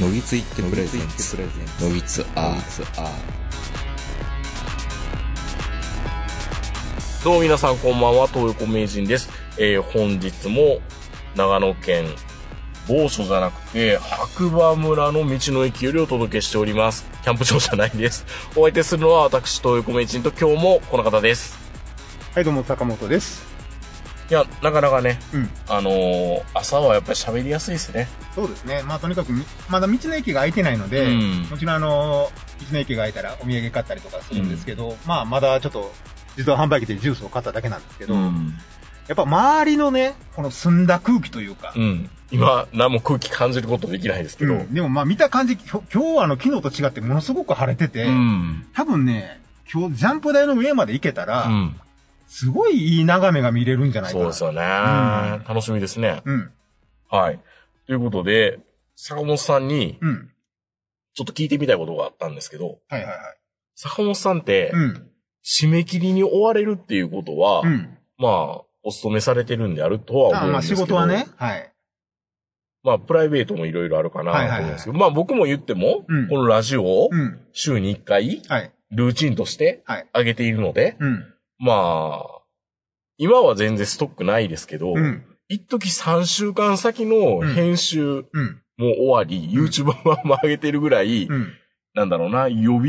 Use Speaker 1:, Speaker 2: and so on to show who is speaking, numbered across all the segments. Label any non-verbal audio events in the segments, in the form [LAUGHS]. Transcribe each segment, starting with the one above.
Speaker 1: のぎついってプレゼンツのぎつアーツアー
Speaker 2: どうも皆さんこんばんは、東横名人です。えー、本日も長野県某所じゃなくて白馬村の道の駅よりお届けしております。キャンプ場じゃないです。お相手するのは私、東横名人と今日もこの方です。
Speaker 3: はい、どうも、坂本です。
Speaker 2: いや、なかなかね、
Speaker 3: うん。
Speaker 2: あのー朝はやっぱり喋りやすいですね。
Speaker 3: そうですね。まあ、とにかくみ、まだ道の駅が開いてないので、
Speaker 2: うん
Speaker 3: もちろん、あの、道の駅が開いたらお土産買ったりとかするんですけど、まあ、まだちょっと、自動販売機でジュースを買っただけなんですけど、や
Speaker 2: ん。
Speaker 3: っぱ周りのね、この澄んだ空気というか
Speaker 2: う、ん。今、何も空気感じることできないですけど。
Speaker 3: うんでもまあ見た感じ、きょ今日はあの、昨日と違ってものすごく晴れてて、
Speaker 2: うん。
Speaker 3: 多分ね、今日ジャンプ台の上まで行けたら、
Speaker 2: うん。
Speaker 3: すごいいい眺めが見れるんじゃない
Speaker 2: そ
Speaker 3: か
Speaker 2: う
Speaker 3: な。
Speaker 2: ですよね。
Speaker 3: ん
Speaker 2: 楽しみですね。
Speaker 3: うん。
Speaker 2: はい。ということで、坂本さんに、
Speaker 3: うん。
Speaker 2: ちょっと聞いてみたいことがあったんですけど、
Speaker 3: はいはいはい。
Speaker 2: 坂本さんって
Speaker 3: う、ん。
Speaker 2: 締め切りに追われるっていうことは、
Speaker 3: うん。
Speaker 2: まあ、お勤めされてるんであるとは
Speaker 3: あ
Speaker 2: 思うん
Speaker 3: ま
Speaker 2: で
Speaker 3: あ
Speaker 2: すけ
Speaker 3: 仕
Speaker 2: ど。
Speaker 3: 事はね。。はい。
Speaker 2: まあ、プライベートもいろいろあるかなと
Speaker 3: はいはいはい
Speaker 2: 思うんですけど、まあ僕も言っても、
Speaker 3: うん
Speaker 2: このラジオを
Speaker 3: うん。
Speaker 2: 週に1回、
Speaker 3: はい。
Speaker 2: ルーチンとして
Speaker 3: はい。
Speaker 2: 上げているので、
Speaker 3: うん。
Speaker 2: まあ、今は全然ストックないですけど、
Speaker 3: うん。
Speaker 2: 一時3週間先の編集
Speaker 3: うん。
Speaker 2: も終わり、
Speaker 3: うん
Speaker 2: YouTube 版も上げてるぐらい、
Speaker 3: うん。
Speaker 2: なんだろうな、予備っ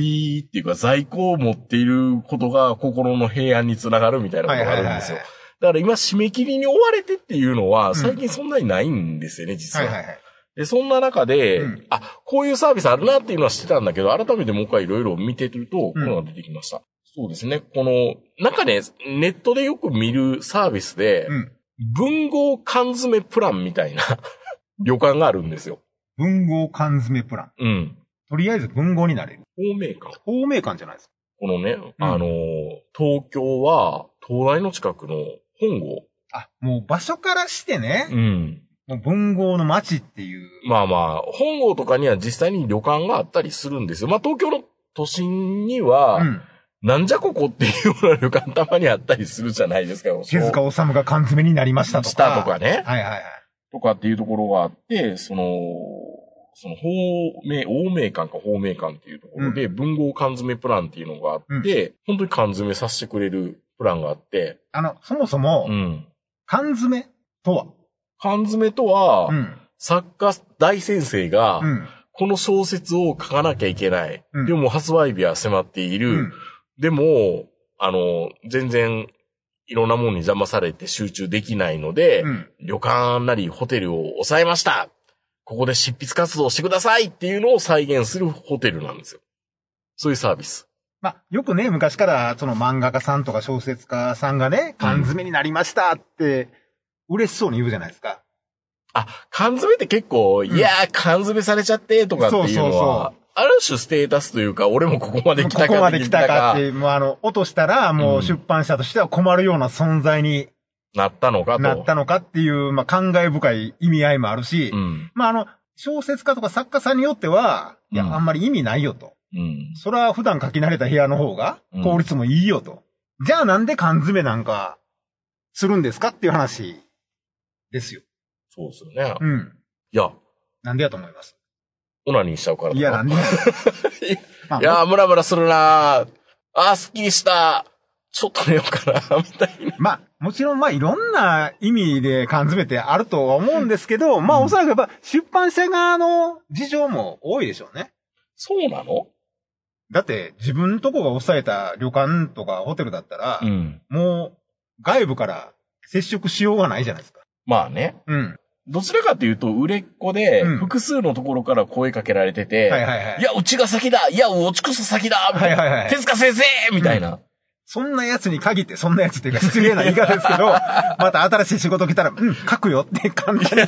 Speaker 2: ていうか在庫を持っていることが心の平安につながるみたいなことがあるんですよ。だから今締め切りに追われてっていうのは
Speaker 3: ん
Speaker 2: 最近そんなにないんですよね、実
Speaker 3: は
Speaker 2: は。
Speaker 3: いはいはい。
Speaker 2: で、そんな中で、
Speaker 3: うん
Speaker 2: あ、こういうサービスあるなっていうのはしてたんだけど、改めてもう一回いろいろ見てると、こう
Speaker 3: う
Speaker 2: いう
Speaker 3: ん
Speaker 2: のが出てきました。そうですね。この、なんかね、ネットでよく見るサービスで、
Speaker 3: うん。
Speaker 2: 文豪缶詰プランみたいな [LAUGHS] 旅館があるんですよ。
Speaker 3: 文豪缶詰プラン。
Speaker 2: うん。
Speaker 3: とりあえず文豪になれる。
Speaker 2: 透明感。
Speaker 3: 透明感じゃないですか。
Speaker 2: このね、あのー、東京は、東大の近くの本郷。
Speaker 3: あ、もう場所からしてね、
Speaker 2: ん。
Speaker 3: もう文豪の街っていう。
Speaker 2: まあまあ、本郷とかには実際に旅館があったりするんですよ。まあ東京の都心には、
Speaker 3: うん。
Speaker 2: なんじゃここっていうような旅館たまにあったりするじゃない
Speaker 3: [LAUGHS]
Speaker 2: ですか。
Speaker 3: 手塚治虫が缶詰になりましたとか。
Speaker 2: したとかね。
Speaker 3: はいはいはい。
Speaker 2: とかっていうところがあって、その、その、方明、欧明館か方明館っていうところで、文豪缶詰プランっていうのがあって、本当に缶詰させてくれるプランがあって、
Speaker 3: あの、そもそも
Speaker 2: う、ん。
Speaker 3: 缶詰とは。
Speaker 2: 缶詰とは、
Speaker 3: うん。
Speaker 2: 作家大先生が、
Speaker 3: うん。
Speaker 2: この小説を書かなきゃいけない。
Speaker 3: うん
Speaker 2: でも発売日は迫っていうる。
Speaker 3: ん。
Speaker 2: でも、あの、全然、いろんなものに邪魔されて集中できないので、
Speaker 3: うん。
Speaker 2: 旅館なりホテルを抑えましたここで執筆活動してくださいっていうのを再現するホテルなんですよ。そういうサービス。
Speaker 3: まあ、よくね、昔から、その漫画家さんとか小説家さんがね、缶詰になりましたって、嬉しそうに言うじゃないですか。
Speaker 2: あ、缶詰って結構、いやー、缶詰されちゃってとかっていう
Speaker 3: そう
Speaker 2: の
Speaker 3: そう
Speaker 2: は
Speaker 3: そ、
Speaker 2: ある種ステータスというか、俺もここまで来たか
Speaker 3: ここまで来たかって、もうあの、落としたら、
Speaker 2: う
Speaker 3: も
Speaker 2: ん
Speaker 3: う出版社としては困るような存在に
Speaker 2: なったのかと。
Speaker 3: なったのかっていう、まあ、感慨深い意味合いもあるし、
Speaker 2: うん。
Speaker 3: まあ、あの、小説家とか作家さんによっては、いや、
Speaker 2: うん
Speaker 3: あんまり意味ないよと。
Speaker 2: うん。
Speaker 3: それは普段書き慣れた部屋の方が
Speaker 2: うん
Speaker 3: 効率もいいよと。じゃあなんで缶詰なんかするんですかっていう話ですよ。
Speaker 2: そうですよね。
Speaker 3: うん。
Speaker 2: いや、
Speaker 3: なんでやと思います。
Speaker 2: オナニーしちゃうからとか
Speaker 3: いや、
Speaker 2: [LAUGHS]
Speaker 3: なんでや。まあ
Speaker 2: いやー、ムラムラするなー。あー、すっきりしたちょっと寝ようかな、み [LAUGHS] たいな。
Speaker 3: まあ、もちろん、まあ、いろんな意味で缶詰ってあるとは思うんですけど、まあ、おそらくやっぱ出版社側の事情も多いでしょうね。
Speaker 2: そうなの
Speaker 3: だって、自分のとこが抑えた旅館とかホテルだったら、
Speaker 2: ん。
Speaker 3: もう、外部から接触しようがないじゃないですか。
Speaker 2: まあね。
Speaker 3: うん。
Speaker 2: どちらかというと、売れっ子で、
Speaker 3: うん
Speaker 2: 複数のところから声かけられてて、
Speaker 3: はいはいはい
Speaker 2: や、うちが先だいや、うちこそ先だみたいな、
Speaker 3: はいはいはい
Speaker 2: 手塚先生みたいな。
Speaker 3: そんなやつに限って、そんなやつっていうか失礼な言い方ですけ [LAUGHS] ど、また新しい仕事来たら、うん、書くよって簡単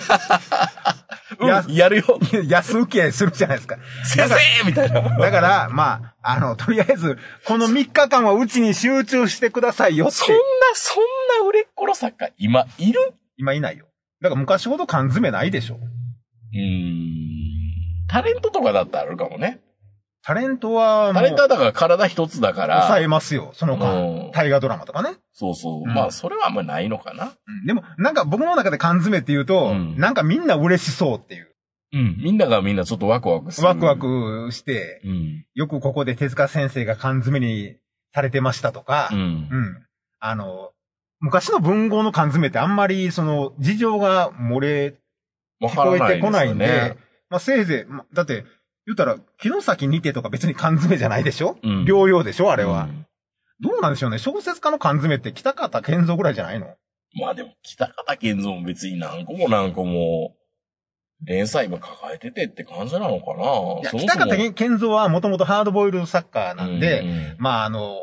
Speaker 2: う、
Speaker 3: うんん
Speaker 2: やるよ
Speaker 3: に安請け合いするじゃないですか。
Speaker 2: 先生みたいな。
Speaker 3: だから、まあ、あの、とりあえず、この3日間はうちに集中してくださいよって。
Speaker 2: そんな、そんな売れっ子の作家、今、いる
Speaker 3: 今いないよ。だから昔ほど缶詰ないでしょ。
Speaker 2: うーん。タレントとかだったらあるかもね。
Speaker 3: タレントはも
Speaker 2: タ
Speaker 3: う、
Speaker 2: レントはだから体一つだから。
Speaker 3: 抑えますよ、その
Speaker 2: うん
Speaker 3: 間。大河ドラマとかね。
Speaker 2: そうそう。
Speaker 3: うん
Speaker 2: まあ、それはあんまないのかな。
Speaker 3: うんでも、なんか僕の中で缶詰って言うと、
Speaker 2: うん
Speaker 3: なんかみんな嬉しそうっていう。
Speaker 2: うん。みんながみんなちょっとワクワクする。
Speaker 3: ワクワ。クして、
Speaker 2: うん。
Speaker 3: よくここで手塚先生が缶詰にされてましたとか
Speaker 2: う、ん
Speaker 3: う。ん。あの、昔の文豪の缶詰ってあんまり、その、事情が漏れ
Speaker 2: わ
Speaker 3: 聞
Speaker 2: か
Speaker 3: こ
Speaker 2: ら
Speaker 3: え
Speaker 2: ない
Speaker 3: て
Speaker 2: です
Speaker 3: こない
Speaker 2: よ
Speaker 3: んで、
Speaker 2: ね。
Speaker 3: まあせいぜい、まだって、言ったら、木の先にてとか別に缶詰じゃないでしょ、
Speaker 2: うん
Speaker 3: 療養でしょあ
Speaker 2: あ
Speaker 3: れは、どうなんでしょうね小説家の缶詰って北方健三ぐらいじゃないの
Speaker 2: まあでも、北方健三も別に何個も何個も、連載今抱えててって感じなのか
Speaker 3: いや
Speaker 2: な。
Speaker 3: 北方健健三はもともとハードボイルドサッカーなんで、
Speaker 2: で、
Speaker 3: まああの、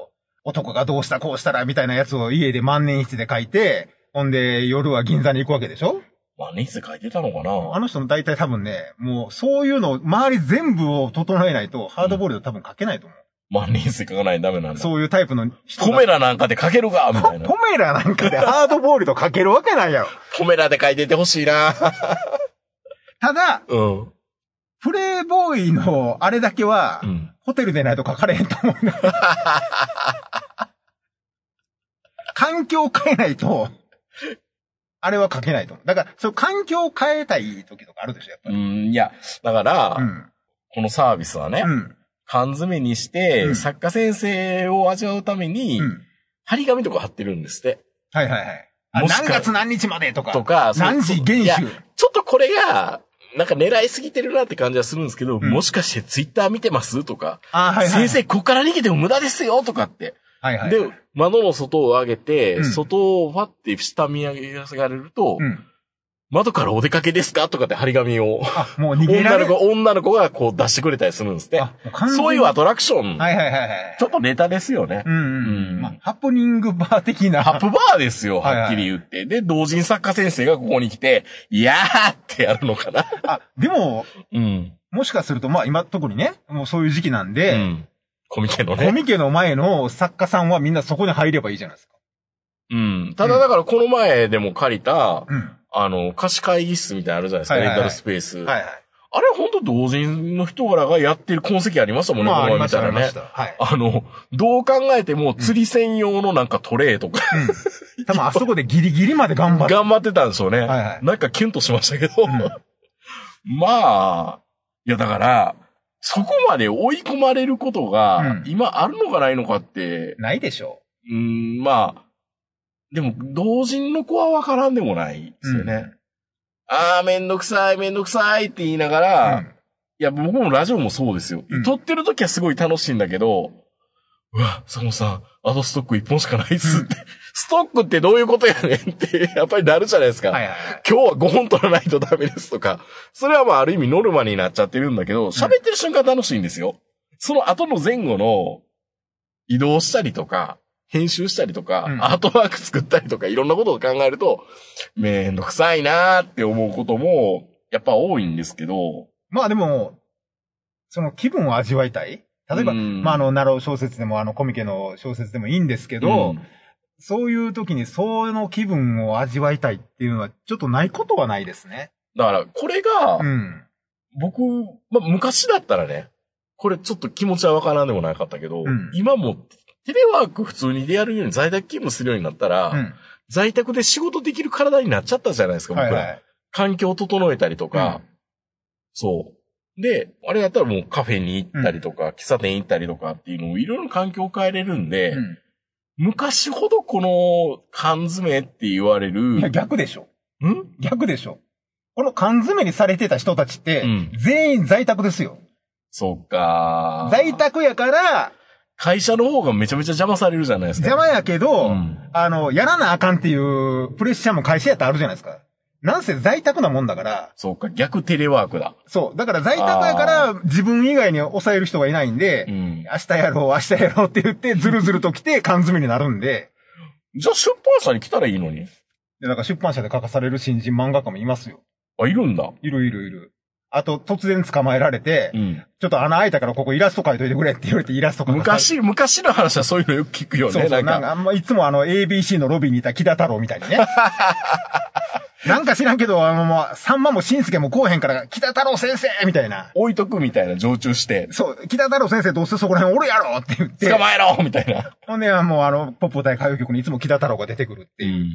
Speaker 3: 男がどうしたこうしたらみたいなやつを家で万年筆で書いて、ほんで夜は銀座に行くわけでしょ
Speaker 2: まあ、ネイ書いてたのか
Speaker 3: あ
Speaker 2: な。
Speaker 3: の人の大体多分ね、もうそういうのを周り全部を整えないとハードボイルド多分書けないと思う。
Speaker 2: まあ、ネイ書かないとダメなんだ。
Speaker 3: そういうタイプの人
Speaker 2: コ
Speaker 3: が
Speaker 2: メラなんかで書けるかみたいな
Speaker 3: ポ。メラなんかでハードボールドかけるわけないやろ。
Speaker 2: コメラで書いててほしいな。
Speaker 3: ただ、
Speaker 2: うん。
Speaker 3: プレイボーイのあれだけは、
Speaker 2: うん。
Speaker 3: ホテルでないと書かれへんと思 [LAUGHS] うな。環境を変えないと、あれは書けないと思う。だから、そう環境を変えたい時とかあるでしょ、やっぱ
Speaker 2: う
Speaker 3: り。
Speaker 2: ん、いや、だから、
Speaker 3: うん。
Speaker 2: このサービスはね、
Speaker 3: うん。
Speaker 2: 缶詰にして、
Speaker 3: うん
Speaker 2: 作家先生を味わうために、
Speaker 3: うん。
Speaker 2: 張り紙とか貼ってるんですって。
Speaker 3: はいはいはい。あ
Speaker 2: もしか
Speaker 3: 何月何日までとか。
Speaker 2: とか、そう
Speaker 3: 何時厳
Speaker 2: いや
Speaker 3: 守。
Speaker 2: ちょっとこれが、なんか狙いすぎてるなって感じはするんですけど、
Speaker 3: ん
Speaker 2: もしかしてツイッター見てますとか、
Speaker 3: あ、はいはい。
Speaker 2: 先生、ここから逃げても無駄ですよとかって。
Speaker 3: はいはい。
Speaker 2: で、窓の外を上げて、
Speaker 3: うん
Speaker 2: 外をファって下見上げられると、
Speaker 3: うん。
Speaker 2: 窓からお出かけですかとかって張り紙を、
Speaker 3: あ、もう逃げら
Speaker 2: 女の
Speaker 3: れる
Speaker 2: 子、。女の子がこう出してくれたりするんですって
Speaker 3: あ。もう完全に
Speaker 2: そういうアトラクション、
Speaker 3: はいはいはいはい
Speaker 2: ちょ。っとネタですよね
Speaker 3: う。んう
Speaker 2: う
Speaker 3: んうんん。まあ、ハプニングバー的な。
Speaker 2: ハップバーですよ、はっきり言って。で、同人作家先生がここに来て、いやーってやるのかな。
Speaker 3: あ、でも、
Speaker 2: うん。
Speaker 3: もしかすると、まあ今特にね、もうそういう時期なん
Speaker 2: う
Speaker 3: で、
Speaker 2: ん。コミケの
Speaker 3: コ
Speaker 2: ね。
Speaker 3: ミケの前の作家さんはみんなそこに入ればいいじゃないですか。
Speaker 2: うん。ただだからこの前でも借りた、
Speaker 3: うん。
Speaker 2: あの、貸し会議室みたいなのあるじゃないですか、
Speaker 3: はいはい
Speaker 2: レン
Speaker 3: はい
Speaker 2: タルスペース。
Speaker 3: はいは
Speaker 2: あれ本当同人の人柄がやってる痕跡ありましたも
Speaker 3: い。
Speaker 2: んね、
Speaker 3: まああ
Speaker 2: この
Speaker 3: り
Speaker 2: 前
Speaker 3: ま
Speaker 2: 見
Speaker 3: したた、あ
Speaker 2: ら
Speaker 3: り
Speaker 2: ね
Speaker 3: まし。た。はい。
Speaker 2: あの、どう考えても釣り専用のなんかトレーとか、
Speaker 3: うん。多分あそこでギリギリまで頑張って。
Speaker 2: 頑張ってたんでしょうね。
Speaker 3: はいはい
Speaker 2: なんかキュンとしましたけど。まあ、いやだから、そこまで追い込まれることが
Speaker 3: う、ん
Speaker 2: 今あるのかないのかって、
Speaker 3: ないでしょ
Speaker 2: うん、まあ、でも、同人の子はわからんでもないですよね。
Speaker 3: うん
Speaker 2: ああ、めんどくさい、めんどくさいって言いなが
Speaker 3: う。
Speaker 2: ら、
Speaker 3: うん
Speaker 2: いや、僕もラジオもそうですよ。
Speaker 3: うん
Speaker 2: 撮ってる時はすごい楽しいんだけど、うわ、坂本さん、あとストック一本しかないっすって。 [LAUGHS] ストックってどういうことやねんって、やっぱりなるじゃないですか。
Speaker 3: はいはいはい。
Speaker 2: 今日は5本取らないとダメですとか、それはまあある意味ノルマになっちゃってるんだけど、喋ってる瞬間楽しいんですよ。その後の前後の移動したりとか、編集したりとか、
Speaker 3: うん
Speaker 2: アートワーク作ったりとか、いろんなことを考えると、めんどくさいなーって思うことも、やっぱ多いんですけど、
Speaker 3: まあでも、その気分を味わいたい例えば、
Speaker 2: うん
Speaker 3: まああの、奈良小説でもあのコミケの小説でもいいんですけど、
Speaker 2: うん
Speaker 3: そういう時にその気分を味わいたいっていうのはちょっとないことはないですね。
Speaker 2: だから、これが
Speaker 3: う、ん。
Speaker 2: 僕、まあ、昔だったらね、これちょっと気持ちはわからんでもなかったけど、
Speaker 3: うん
Speaker 2: 今もテレワーク普通にリアルように在宅勤務するようになったら、
Speaker 3: うん。
Speaker 2: 在宅で仕事できる体になっちゃったじゃないですか、僕ら。
Speaker 3: はいはい。
Speaker 2: 環境を整えたりとか、そう。で、あれやったらもうカフェに行ったりとか、喫茶店行ったりとかっていうのをいろいろ環境を変えれるんで、
Speaker 3: うん
Speaker 2: 昔ほどこの缶詰って言われる、
Speaker 3: いや、逆でしょ。
Speaker 2: ん
Speaker 3: 逆でしょ。この缶詰にされてた人たちって、
Speaker 2: うん
Speaker 3: 全員在宅ですよ。
Speaker 2: そっか。
Speaker 3: 在宅やから、
Speaker 2: 会社の方がめちゃめちゃ邪魔されるじゃないですか。
Speaker 3: 邪魔やけど、
Speaker 2: うん
Speaker 3: あの、やらなあかんっていうプレッシャーも会社やったらあるじゃないですか。なんせ在宅なもんだから、
Speaker 2: そっか、逆テレワークだ。
Speaker 3: そう。だから在宅やから、自分以外に抑える人がいないんで、
Speaker 2: うん。
Speaker 3: 明日やろう、明日やろうって言って、ずるずると来て缶詰になるんで、
Speaker 2: じゃあ出版社に来たらいいのに。
Speaker 3: でなんか出版社で書かされる新人漫画家もいますよ。
Speaker 2: あ、いるんだ。
Speaker 3: いるいるいる。あと、突然捕まえられて、
Speaker 2: うん。
Speaker 3: ちょっと穴開いたからここイラスト描いといてくれって言われてイラスト描かされて
Speaker 2: 昔、昔の話はそういうのよく聞くよね。
Speaker 3: そうそ
Speaker 2: な
Speaker 3: う、なんん
Speaker 2: か。
Speaker 3: か、あんま、いつもあの、ABC のロビーにいた木田太郎みた
Speaker 2: [LAUGHS]
Speaker 3: いにね。なんか知らんけど、あの、もう、さんまもしんすけもこうへんから、木田太郎先生みたいな。
Speaker 2: 置いとくみたいな、常駐して、
Speaker 3: そう、木田太郎先生どうせそこら辺おるやろって言って。
Speaker 2: 捕まえろみたいな。
Speaker 3: ほんで、もうあの、ポップ大歌謡曲にいつも木田太郎が出てくるっていう。
Speaker 2: ん。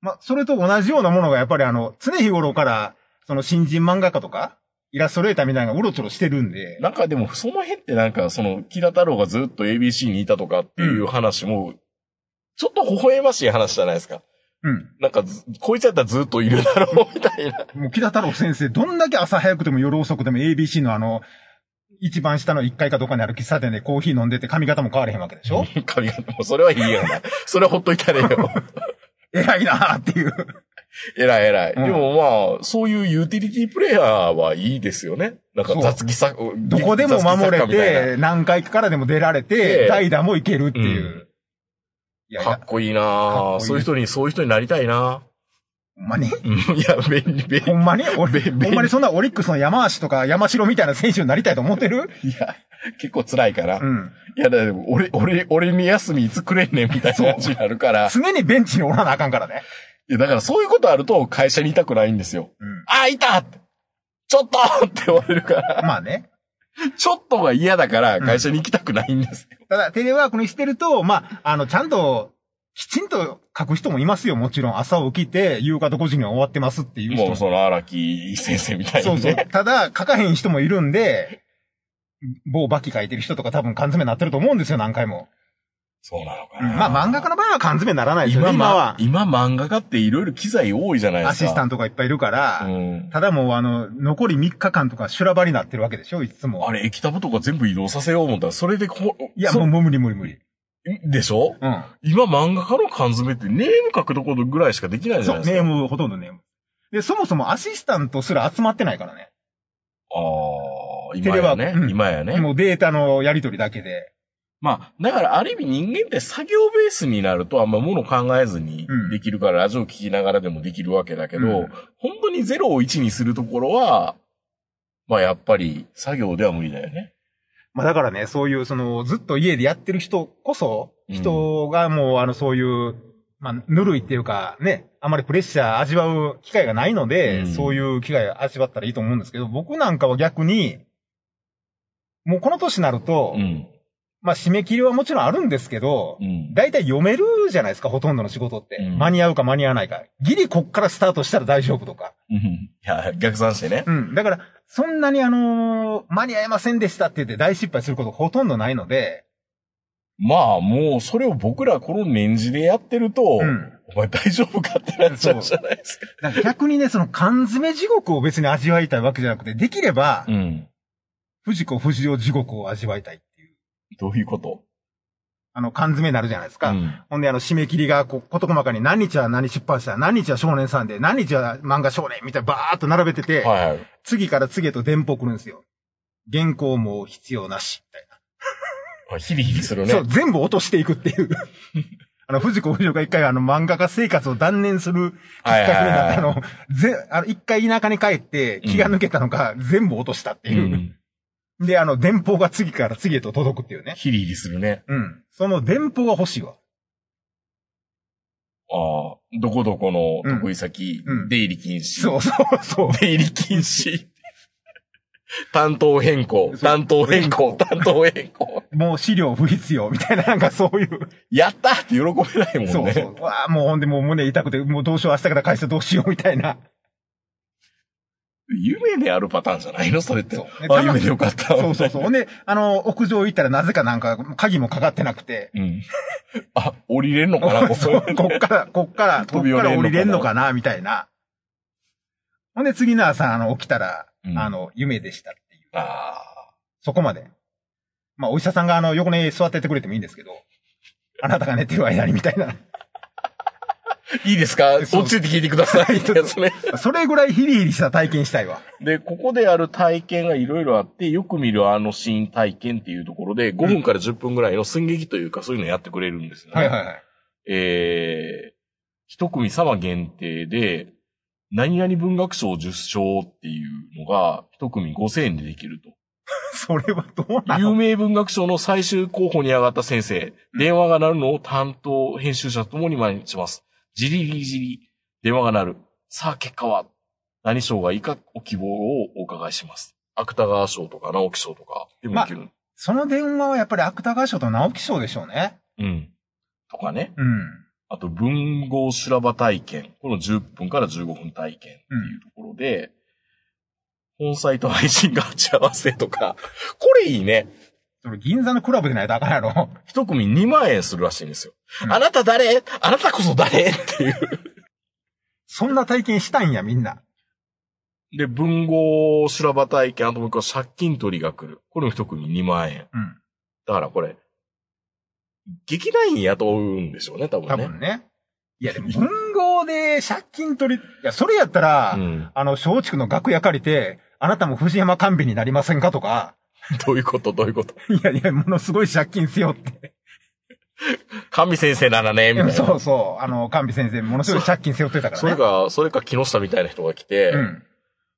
Speaker 3: まあ、それと同じようなものが、やっぱりあの、常日頃から、その新人漫画家とか、イラストレーターみたいなのがうろちょろしてるんで、
Speaker 2: なんかでも、その辺ってなんか、その、キラ太郎がずっと ABC にいたとかっていう話も、ちょっと微笑ましい話じゃないですか。
Speaker 3: うん。
Speaker 2: なんかず、こいつやったらずっといるだろう、みたいな。
Speaker 3: もう、木田太郎先生、どんだけ朝早くても夜遅くでも ABC のあの、一番下の1階かどっかにある喫茶店でコーヒー飲んでて髪型も変われへんわけでしょ
Speaker 2: 髪型も、それはいいよな。それはほっといたれよ。
Speaker 3: [LAUGHS] 偉いなー
Speaker 2: [LAUGHS]
Speaker 3: っていう。
Speaker 2: 偉い偉い。
Speaker 3: うん
Speaker 2: でもまあ、そういうユーティリティプレイヤーはいいですよね。なんか
Speaker 3: そう
Speaker 2: 雑技作、
Speaker 3: どこでも守
Speaker 2: 雑技作
Speaker 3: れ
Speaker 2: 家みたい
Speaker 3: て、何回かからでも出られ
Speaker 2: え
Speaker 3: て、
Speaker 2: え
Speaker 3: 代打もいけるっていう。
Speaker 2: うん
Speaker 3: いやい
Speaker 2: なか
Speaker 3: や
Speaker 2: っ、こいいな
Speaker 3: かっこいい
Speaker 2: そういう人に、そういう人になりたいな
Speaker 3: ほんまに
Speaker 2: うんいや、便利、便
Speaker 3: ほ
Speaker 2: [LAUGHS]
Speaker 3: んまに俺、
Speaker 2: べべ
Speaker 3: ほんまにそんなオリックスの山足とか山城みたいな選手になりたいと思ってる
Speaker 2: 利。いや、結構辛いから。
Speaker 3: うん。
Speaker 2: いや、だって俺、俺、俺に休みいつくれんねんみたいな感じになるから。い
Speaker 3: 常にベンチにおらなあかんからね。
Speaker 2: や、だからそういうことあると会社にいたくないんですよ。
Speaker 3: うん。
Speaker 2: あ、いたってちょっとって言われるから、
Speaker 3: まあね。
Speaker 2: ちょっとが嫌だから会社に行きたくないんですよ。
Speaker 3: ただ、テレワークにしてると、まあ、あの、ちゃんと、きちんと書く人もいますよ。もちろん、朝起きて、夕方5時には終わってますっていう人
Speaker 2: もうその荒木先生みたいに
Speaker 3: そ
Speaker 2: ね。
Speaker 3: うそう。ただ、書かへん人もいるんで、某バキ書いてる人とか多分缶詰になってると思うんですよ、何回も。
Speaker 2: そうなのか
Speaker 3: ま
Speaker 2: な。
Speaker 3: あ、漫画家の場合は缶詰にならないですよね、
Speaker 2: 今、
Speaker 3: 今
Speaker 2: ま
Speaker 3: は。
Speaker 2: 今漫画家っていろいろ機材多いじゃないで
Speaker 3: ア
Speaker 2: すか。
Speaker 3: シスタ
Speaker 2: ン
Speaker 3: ントがいっぱいいるから、
Speaker 2: うん。
Speaker 3: ただもうあの、残り3日間とか修羅場になってるわけでしょ、いつも。
Speaker 2: あれ、液タブとか全部移動させよう思ったら、それでこう、
Speaker 3: いや、
Speaker 2: そ
Speaker 3: もうもう無理無理無理。
Speaker 2: でしょ
Speaker 3: うん。
Speaker 2: 今漫画家の缶詰ってネーム書くところぐらいしかできないじゃ
Speaker 3: そ
Speaker 2: な
Speaker 3: う、
Speaker 2: いですか。
Speaker 3: ネーム、ほとんどネーム。で、そもそもアシスタントすら集まってないからね。
Speaker 2: ああ、
Speaker 3: テ
Speaker 2: 今
Speaker 3: レワ
Speaker 2: や
Speaker 3: ーク
Speaker 2: ね。
Speaker 3: うん
Speaker 2: 今やね。
Speaker 3: もうデータのやり取りだけで。
Speaker 2: まあ、だからある意味人間って作業ベースになるとあんま物考えずに
Speaker 3: うん
Speaker 2: できるから、ラジオ聞きながらでもできるわけだけど、
Speaker 3: うん
Speaker 2: 本当に0を1にするところは、まあやっぱり作業では無理だよね。
Speaker 3: まあだからね、そういう、その、ずっと家でやってる人こそ、
Speaker 2: うん
Speaker 3: 人がもう、あの、そういう、まあ、ぬるいっていうか、ね、あまりプレッシャー味わう機会がないので、
Speaker 2: うん
Speaker 3: そういう機会を味わったらいいと思うんですけど、僕なんかは逆に、もうこの年になると、
Speaker 2: うん。
Speaker 3: まあ締め切りはもちろんあるんですけど、
Speaker 2: うん。
Speaker 3: 大体読めるじゃないですか、ほとんどの仕事って。
Speaker 2: うん
Speaker 3: 間に合うか間に合わないか。ギリこっからスタートしたら大丈夫とか。
Speaker 2: うんいや、逆算してね。
Speaker 3: うん。だから、そんなにあのー間に合いませんでしたって言って大失敗することほとんどないので、
Speaker 2: まあもうそれを僕らこの年次でやってると、
Speaker 3: うん。
Speaker 2: お前大丈夫かってなっちゃうじゃないですか。
Speaker 3: だから逆にね、その缶詰地獄を別に味わいたいわけじゃなくて、できれば、
Speaker 2: うん。
Speaker 3: 藤子不二雄地獄を味わいたいっていう。
Speaker 2: どういうこと
Speaker 3: あの、缶詰になるじゃないですか。
Speaker 2: うん
Speaker 3: ほんで、あの、締め切りが、こう、こと細かに何日は何出版した、何日は少年さんで、何日は漫画少年みたいな、バーっと並べてて、
Speaker 2: はいはい。
Speaker 3: 次から次へと電報来るんですよ。原稿も必要なし、みたい
Speaker 2: あヒリヒリするね。
Speaker 3: な。そう、全部落としていくっていう。 [LAUGHS] あの、藤子不二雄が一回あの漫画家生活を断念するきっか
Speaker 2: はい
Speaker 3: け
Speaker 2: はいは
Speaker 3: に
Speaker 2: い
Speaker 3: なったの、ぜ、あの、一回田舎に帰って気が抜けたのか、全部落としたって
Speaker 2: う
Speaker 3: いう。
Speaker 2: ん。
Speaker 3: で、あの、電報が次から次へと届くっていうね。
Speaker 2: ヒリヒリするね。
Speaker 3: うん。その電報が欲しいわ。
Speaker 2: ああ、どこどこの
Speaker 3: うん
Speaker 2: 得意先、
Speaker 3: うん
Speaker 2: 出入り禁止。
Speaker 3: そうそうそう。
Speaker 2: 出入り禁止。 [LAUGHS] 担当変更、
Speaker 3: そう
Speaker 2: 担当変更、担当変更。
Speaker 3: もう資料不必要みたいな、なんかそういう。
Speaker 2: やったって喜べないもんね。
Speaker 3: そうそう。うわあ、もうほんでもう胸痛くて、もうどうしよう、明日から会社どうしようみたいな。
Speaker 2: [LAUGHS] 夢であるパターンじゃないのそれって。
Speaker 3: そう
Speaker 2: あ、夢でよかった。
Speaker 3: そうそうそう。ほんで、あの、屋上行ったらなぜかなんか、鍵もかかってなくて。
Speaker 2: うん。あ、降りれんのかなこ
Speaker 3: そう
Speaker 2: こ
Speaker 3: [LAUGHS] こっから、こっから、こ
Speaker 2: 飛
Speaker 3: っ
Speaker 2: び
Speaker 3: か
Speaker 2: 降りれんのかな
Speaker 3: ら降りれんのかなみたいな。ほんで、次の朝、あの、起きたら、
Speaker 2: うん
Speaker 3: あの、夢でしたっていう。
Speaker 2: [LAUGHS] あ
Speaker 3: そこまで。まあ、お医者さんが、あの、横に座っててくれてもいいんですけど、あなたが寝てる間にみたいな。
Speaker 2: [LAUGHS] ーいいですか落
Speaker 3: そう
Speaker 2: ち着いて聞いてください。ってやつね。
Speaker 3: それぐらいヒリヒリした体験したいわ。
Speaker 2: で、ここでやる体験がいろいろあって、よく見るあのシーン体験っていうところで、5分から10分ぐらいの寸劇というか、そういうのやってくれるんですよね。
Speaker 3: はいはいはい。
Speaker 2: えー、一組様限定で、何々文学賞受賞っていうのが、一組5000円でできると。
Speaker 3: [LAUGHS] それはどうな
Speaker 2: 有
Speaker 3: の
Speaker 2: 名文学賞の最終候補に上がった先生、電話が鳴るのを担当編集者ともに毎日します。じりりじり、電話が鳴る。さあ結果は、何賞がいいかお希望をお伺いします。芥川賞とか直木賞とか、でもいける。
Speaker 3: その電話はやっぱり芥川賞と直木賞でしょうね。
Speaker 2: うん。とかね。
Speaker 3: うん。
Speaker 2: あと、文豪修羅場体験。この10分から15分体験っていうところで、本サイト配信が打ち合わせとか、これいいね。
Speaker 3: それ銀座のクラブでないとあかんやろ。
Speaker 2: 一組2万円するらしいんですよ。
Speaker 3: うん
Speaker 2: あなた誰あなたこそ誰っていう。
Speaker 3: そんな体験したんや、みんな。
Speaker 2: で、文豪修羅場体験、あと僕は借金取りが来る。これも一組2万円。
Speaker 3: うん。
Speaker 2: だからこれ、劇団員雇うんでしょうね、多分ね。
Speaker 3: 多分ね。いや、
Speaker 2: [LAUGHS]
Speaker 3: でも文豪で借金取り、いや、それやったら、
Speaker 2: うん。
Speaker 3: あの、松竹の楽屋借りて、あなたも藤山官兵衛になりませんかとか、
Speaker 2: [LAUGHS]
Speaker 3: [LAUGHS]
Speaker 2: どういうことどういうこと
Speaker 3: いやいや、ものすごい借金せよって。
Speaker 2: 神先生ならね、みたいな。
Speaker 3: そうそう。あの、官兵衛先生、ものすごい借金背負ってたから
Speaker 2: そ
Speaker 3: ね。
Speaker 2: れか、それか木下みたいな人が来て、
Speaker 3: うん。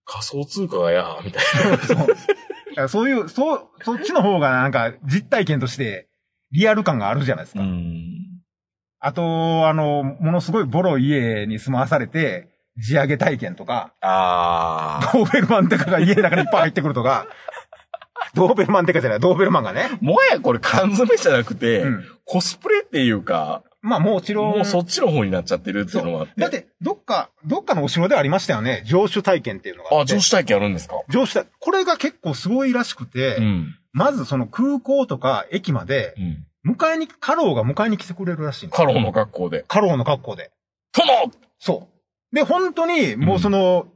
Speaker 2: 仮想通貨がや、みたい
Speaker 3: そう。だからそういう、そう、そっちの方がなんか実体験としてリアル感があるじゃないですか。
Speaker 2: な。ん。
Speaker 3: あと、あの、ものすごいボロい家に住まわされて、地上げ体験とか、
Speaker 2: あー。
Speaker 3: ドーベルマンデカが家の中にいっぱい入ってくるとか、ドーベルマンデカじゃない、ドーベルマンがね。
Speaker 2: もはやこれ缶詰じゃなくて、
Speaker 3: うん。
Speaker 2: コスプレっていうか、
Speaker 3: まあもちろん。
Speaker 2: もうそっちの方になっちゃってるっていうのもあって。
Speaker 3: だって、どっか、どっかのお城でありましたよね。上手体験っていうのがあ
Speaker 2: あ、
Speaker 3: って。
Speaker 2: 女子体験あるんですか
Speaker 3: 上手体これが結構すごいらしくて、
Speaker 2: うん。
Speaker 3: まずその空港とか駅まで
Speaker 2: う、ん。
Speaker 3: 迎えに、家老が迎えに来てくれるらしいの。
Speaker 2: カローの学校で。
Speaker 3: 家老の格好で。
Speaker 2: 殿
Speaker 3: そう。で、本当に、もうその、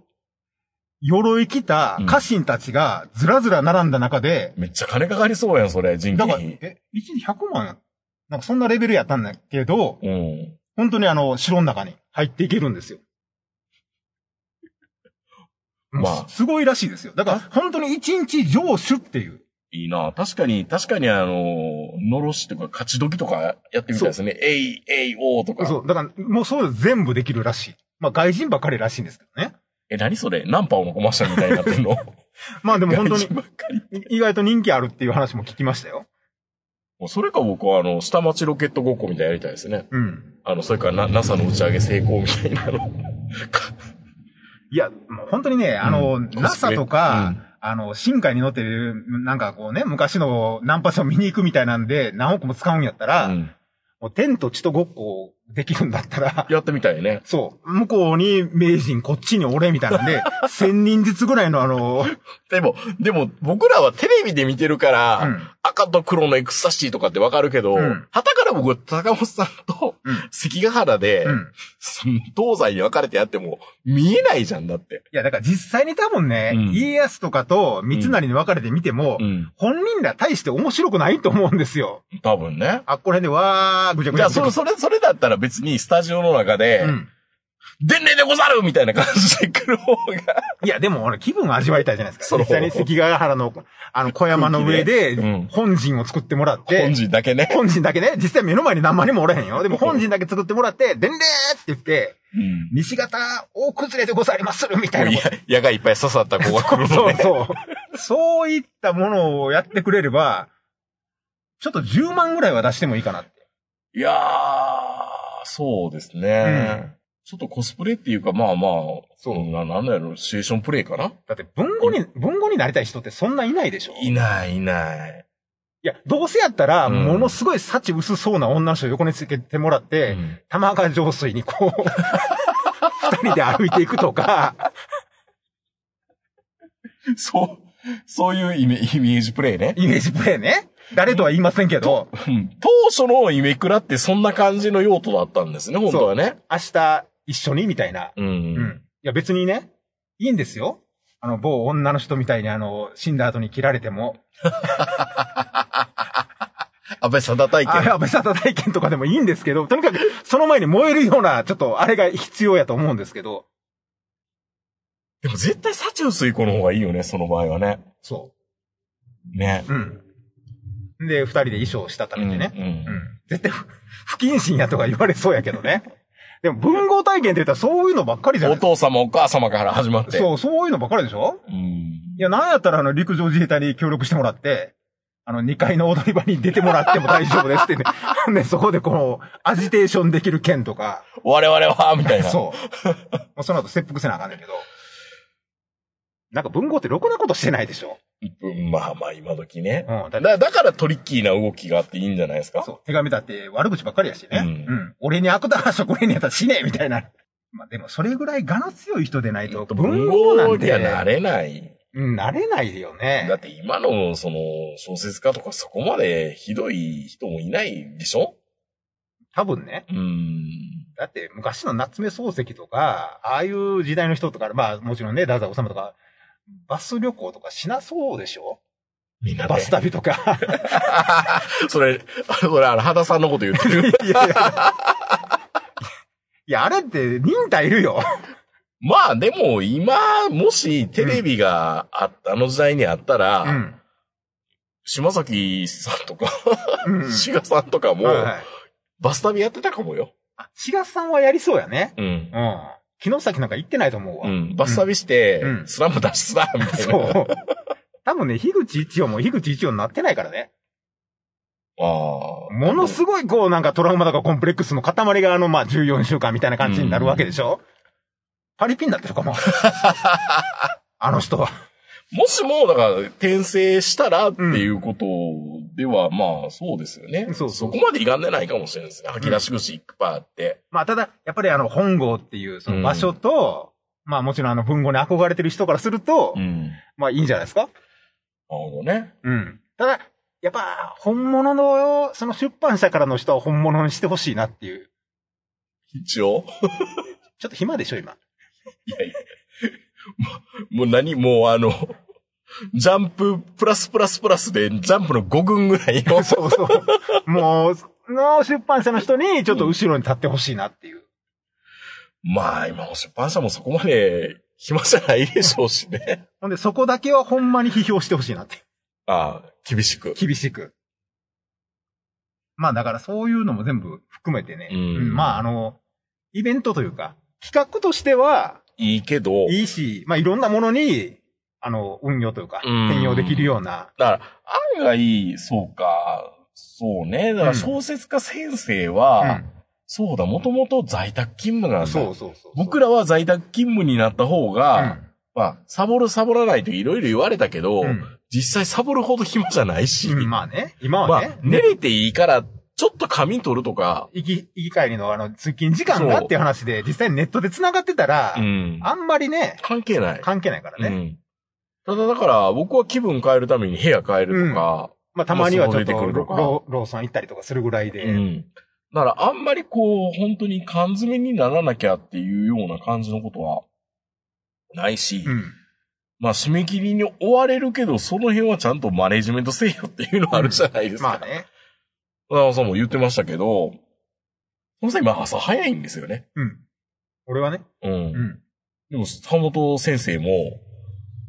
Speaker 3: 鎧着た家臣たちがずらずら並んだ中で、
Speaker 2: めっちゃ金かかりそうやん、それ、人
Speaker 3: だ
Speaker 2: 件
Speaker 3: から、
Speaker 2: 費。
Speaker 3: え、1日100万なんかそんなレベルやったんだけど、
Speaker 2: うん。
Speaker 3: 本当にあの、城の中に入っていけるんですよ。
Speaker 2: まあ
Speaker 3: もうすすごいらしいですよ。だから、本当に一日上手っていう。
Speaker 2: いいな確かに、確かにあのー、のろしとか、勝ち時とかやってみたいですね。えい、えい、おーとか。
Speaker 3: そう。だから、もうそういうの全部できるらしい。まあ、外人ばっかりらしいんですけどね。
Speaker 2: え、何それナンパをのコマーシャルみたいになってん
Speaker 3: [LAUGHS]
Speaker 2: の
Speaker 3: まあ、でも本当に
Speaker 2: [LAUGHS] 外人、ばっかり
Speaker 3: 意外と人気あるっていう話も聞きましたよ。
Speaker 2: もうそれか僕はあの、下町ロケットごっこみたいなやりたいですね。
Speaker 3: うん。
Speaker 2: あの、それからな NASA の打ち上げ成功みたいなの。か
Speaker 3: いや、もう本当にね、あの、NASA とか、あの、深海に乗ってる、なんかこうね、昔のナンパション見に行くみたいなんで、何億も使うんやったら、
Speaker 2: うん
Speaker 3: もう天と地とごっこできるんだったら、
Speaker 2: やってみたいね。
Speaker 3: そう。向こうに名人、こっちに俺みたい
Speaker 2: [LAUGHS]
Speaker 3: なんで、千人ずつぐらいのあの、
Speaker 2: でも、でも僕らはテレビで見てるから、
Speaker 3: うん
Speaker 2: 赤と黒のエクサシーとかってわかるけど、
Speaker 3: うん
Speaker 2: 旗から僕は高本さんと
Speaker 3: うん
Speaker 2: 関ヶ原で、
Speaker 3: うん。
Speaker 2: 東西に分かれてやっても見えないじゃんだって。
Speaker 3: いや、だから実際に多分ね、
Speaker 2: うん
Speaker 3: 家康とかと三成に分かれて見ても、
Speaker 2: ん。
Speaker 3: 本人ら大して面白くないと思うんですよ。
Speaker 2: 多分ね。
Speaker 3: あっこら辺でわー、ぐちゃぐ
Speaker 2: じ
Speaker 3: ち
Speaker 2: ゃ
Speaker 3: ゃ
Speaker 2: あ、
Speaker 3: ぐちゃ
Speaker 2: それ、それ、それだったら別にスタジオの中で、
Speaker 3: うん。
Speaker 2: 伝令でござるみたいな感じで来る方が。
Speaker 3: いや、でも俺気分を味わいたいじゃないです
Speaker 2: そ
Speaker 3: か。
Speaker 2: の
Speaker 3: 実際に関ヶ原の、あの、小山の上
Speaker 2: 空気でうん
Speaker 3: で、本陣を作ってもらって、
Speaker 2: 本陣だけね。
Speaker 3: 本陣だけね、実際目の前に何万人もおらへんよ。でも本陣だけ作ってもらって、伝令って言って、
Speaker 2: うん
Speaker 3: 西方大崩れでございまするみたいなこと。
Speaker 2: や矢がいっぱい刺さった子が来るの
Speaker 3: そう
Speaker 2: ね。
Speaker 3: そう。そういったものをやってくれれば、ちょっと10万ぐらいは出してもいいかなって。
Speaker 2: いやー、そうですね。ちょっとコスプレっていうか、まあまあ、
Speaker 3: そう
Speaker 2: な、なんだろう、シチュエーションプレイかな
Speaker 3: だって文語に、文語になりたい人ってそんないないでしょ
Speaker 2: い
Speaker 3: い
Speaker 2: ない、いない。
Speaker 3: や、どうせやったら、
Speaker 2: うん
Speaker 3: ものすごい幸薄そうな女の人を横につけてもらって、
Speaker 2: うん
Speaker 3: 玉川上水にこう、 [LAUGHS] 二人で歩いていくとか、
Speaker 2: [LAUGHS] そう、そういうイメイメージプレイね。
Speaker 3: イメージプレイね。誰とは言いませんけど、
Speaker 2: うん当初のイメクラってそんな感じの用途だったんですね、本当はね。
Speaker 3: 明日一緒にみたいな。
Speaker 2: うん。
Speaker 3: うん。いや別にね、いいんですよ。あの、某女の人みたいにあの、死んだ後に切られても、
Speaker 2: 安倍貞体
Speaker 3: あれ
Speaker 2: 験。
Speaker 3: は沙汰体験とかでもいいんですけど、とにかく、その前に燃えるような、ちょっと、あれが必要やと思うんですけど、
Speaker 2: でも絶対幸薄い子の方がいいよね、その場合はね。
Speaker 3: そ
Speaker 2: ね。
Speaker 3: う。うん。で、二人で衣装をしたためてね。
Speaker 2: ね
Speaker 3: うん。絶対、不不謹慎やとか言われそうやけどね。でも、文豪体験って言ったらそういうのばっかりじゃな
Speaker 2: お
Speaker 3: いで
Speaker 2: 父様お母様から始まっ
Speaker 3: すか。
Speaker 2: て。
Speaker 3: そう、そういうのばっかりでしょ
Speaker 2: うん
Speaker 3: いや、なんやったら、あの、陸上自衛隊に協力してもらって、あの、2階の踊り場に出てもらっても大丈夫ですってね。 [LAUGHS] ね、そこでこう、アジテーションできる件とか。
Speaker 2: 我々は、みたいな。
Speaker 3: [LAUGHS] そう。もうその後切腹せなあかんねんけど。なんか文豪ってろくなことしてないでしょ。
Speaker 2: うんまあまあ、今時ね。
Speaker 3: うん。だって
Speaker 2: だだからトリッキーな動きがあっていいんじゃないですか
Speaker 3: そう。手紙だって悪口ばっかりやしね。
Speaker 2: う
Speaker 3: うんん。俺に悪だ話俺にやったら死ねえみたいな。まあでもそれぐらい我の強い人でないと、文
Speaker 2: 文
Speaker 3: 豪な
Speaker 2: 豪
Speaker 3: ん
Speaker 2: に
Speaker 3: て
Speaker 2: はなれない。
Speaker 3: うん慣れないよね
Speaker 2: だ。って今の、その、小説家とかそこまでひどい人もいないでしょ
Speaker 3: 多分ね。
Speaker 2: うん。
Speaker 3: だって昔の夏目漱石とか、ああいう時代の人とか、まあもちろんね、ダザイ治とか、バス旅行とかしなそうでしょ
Speaker 2: みんなで
Speaker 3: バ。ス旅とか。
Speaker 2: [LAUGHS] それ、あそれ、あの、肌さんのこと言って
Speaker 3: [LAUGHS]
Speaker 2: る。
Speaker 3: いやいやいや、あれって忍耐いるよ。
Speaker 2: まあでも今、もしテレビがあった、あの時代にあったら、
Speaker 3: うん。
Speaker 2: 島崎さんとか、
Speaker 3: うん。
Speaker 2: 志賀さんとかも、
Speaker 3: はいはい
Speaker 2: バス旅やってたかもよ。
Speaker 3: あ志賀さんはやりそうやね。
Speaker 2: うん。
Speaker 3: うん。木崎なんか行ってないと思うわ。
Speaker 2: うん。バス旅して、
Speaker 3: うん
Speaker 2: スラム脱出だみたい
Speaker 3: そ
Speaker 2: な。
Speaker 3: う。多分ね、樋口一葉も樋口一葉になってないからね。
Speaker 2: ああ。
Speaker 3: ものすごいこうなんかトラウマとかコンプレックスの塊があのまあ14週間みたいな感じになるわけでしょ、パリピになってるか [LAUGHS] も。あの人は。
Speaker 2: もしも、だから、転生したらっていうことでは、まあ、そうですよね。
Speaker 3: そうそう
Speaker 2: こまで歪んでないかもしれないですね。吐き出し口いっぱいあって。
Speaker 3: まあただ、やっぱりあの本郷っていうその場所と、まあもちろんあの文豪に憧れてる人からすると、
Speaker 2: ん。
Speaker 3: まあいいんじゃないですか
Speaker 2: なるほどね。
Speaker 3: うん。ただ、やっぱ本物の、その出版社からの人は本物にしてほしいなっていう。
Speaker 2: 一応。
Speaker 3: ちょっと暇でしょ今。
Speaker 2: いやいや。もうもう何もうあの、ジャンププラスプラスプラスで、ジャンプの5群ぐらい
Speaker 3: [LAUGHS]
Speaker 2: の。
Speaker 3: [LAUGHS] そうそう。 [LAUGHS] もう、の出版社の人にちょっと後ろに立ってほしいなっていう。
Speaker 2: まあ、今の出版社もそこまで暇じゃないでしょうし
Speaker 3: [LAUGHS]
Speaker 2: ね。
Speaker 3: ほんで、そこだけはほんまに批評してほしいなって。
Speaker 2: ああ、 [LAUGHS] 厳しく。
Speaker 3: 厳しく。まあだからそういうのも全部含めてね。
Speaker 2: うん
Speaker 3: んまああの、イベントというか、企画としてはい
Speaker 2: いけど、
Speaker 3: いいし、まあいろんなものに、あの、運用というか、
Speaker 2: うん
Speaker 3: 転用できるような。
Speaker 2: だから、案外、そうか、そうね。だから小説家先生は、そうだ、もともと在宅勤務なん
Speaker 3: う
Speaker 2: だ。
Speaker 3: んそうそうそう。
Speaker 2: 僕らは在宅勤務になった方が、
Speaker 3: うん
Speaker 2: まあ、サボるサボらないといろいろ言われたけど、
Speaker 3: うん
Speaker 2: 実際サボるほど暇じゃないし、
Speaker 3: うんまあね、今
Speaker 2: ま
Speaker 3: は
Speaker 2: あ
Speaker 3: ね、、
Speaker 2: 寝れていいから、ちょっと髪取るとか、
Speaker 3: 行き、行き帰りのあの、通勤時間がっていう話で、実際ネットで繋がってたら、
Speaker 2: うん
Speaker 3: あんまりね、
Speaker 2: 関係ない。
Speaker 3: 関係ないからね。
Speaker 2: うんただだから、僕は気分変えるために部屋変えるとか、
Speaker 3: まあたまにはち
Speaker 2: まあそ
Speaker 3: ょっ
Speaker 2: う出
Speaker 3: と
Speaker 2: てくる
Speaker 3: ロ
Speaker 2: とか
Speaker 3: ロローソン行ったりとかするぐらいで。
Speaker 2: うん。だからあんまりこう、本当に缶詰にならなきゃっていうような感じのことはないし、
Speaker 3: うん
Speaker 2: まあ締め切りに追われるけど、その辺はちゃんとマネジメントせよっていうのはあるじゃないですか。
Speaker 3: まあね。
Speaker 2: 小沢さんも言ってましたけど、その際今朝早いんですよね。
Speaker 3: うん。俺はね。
Speaker 2: うん。
Speaker 3: [LAUGHS] うん。
Speaker 2: でも、坂本先生も、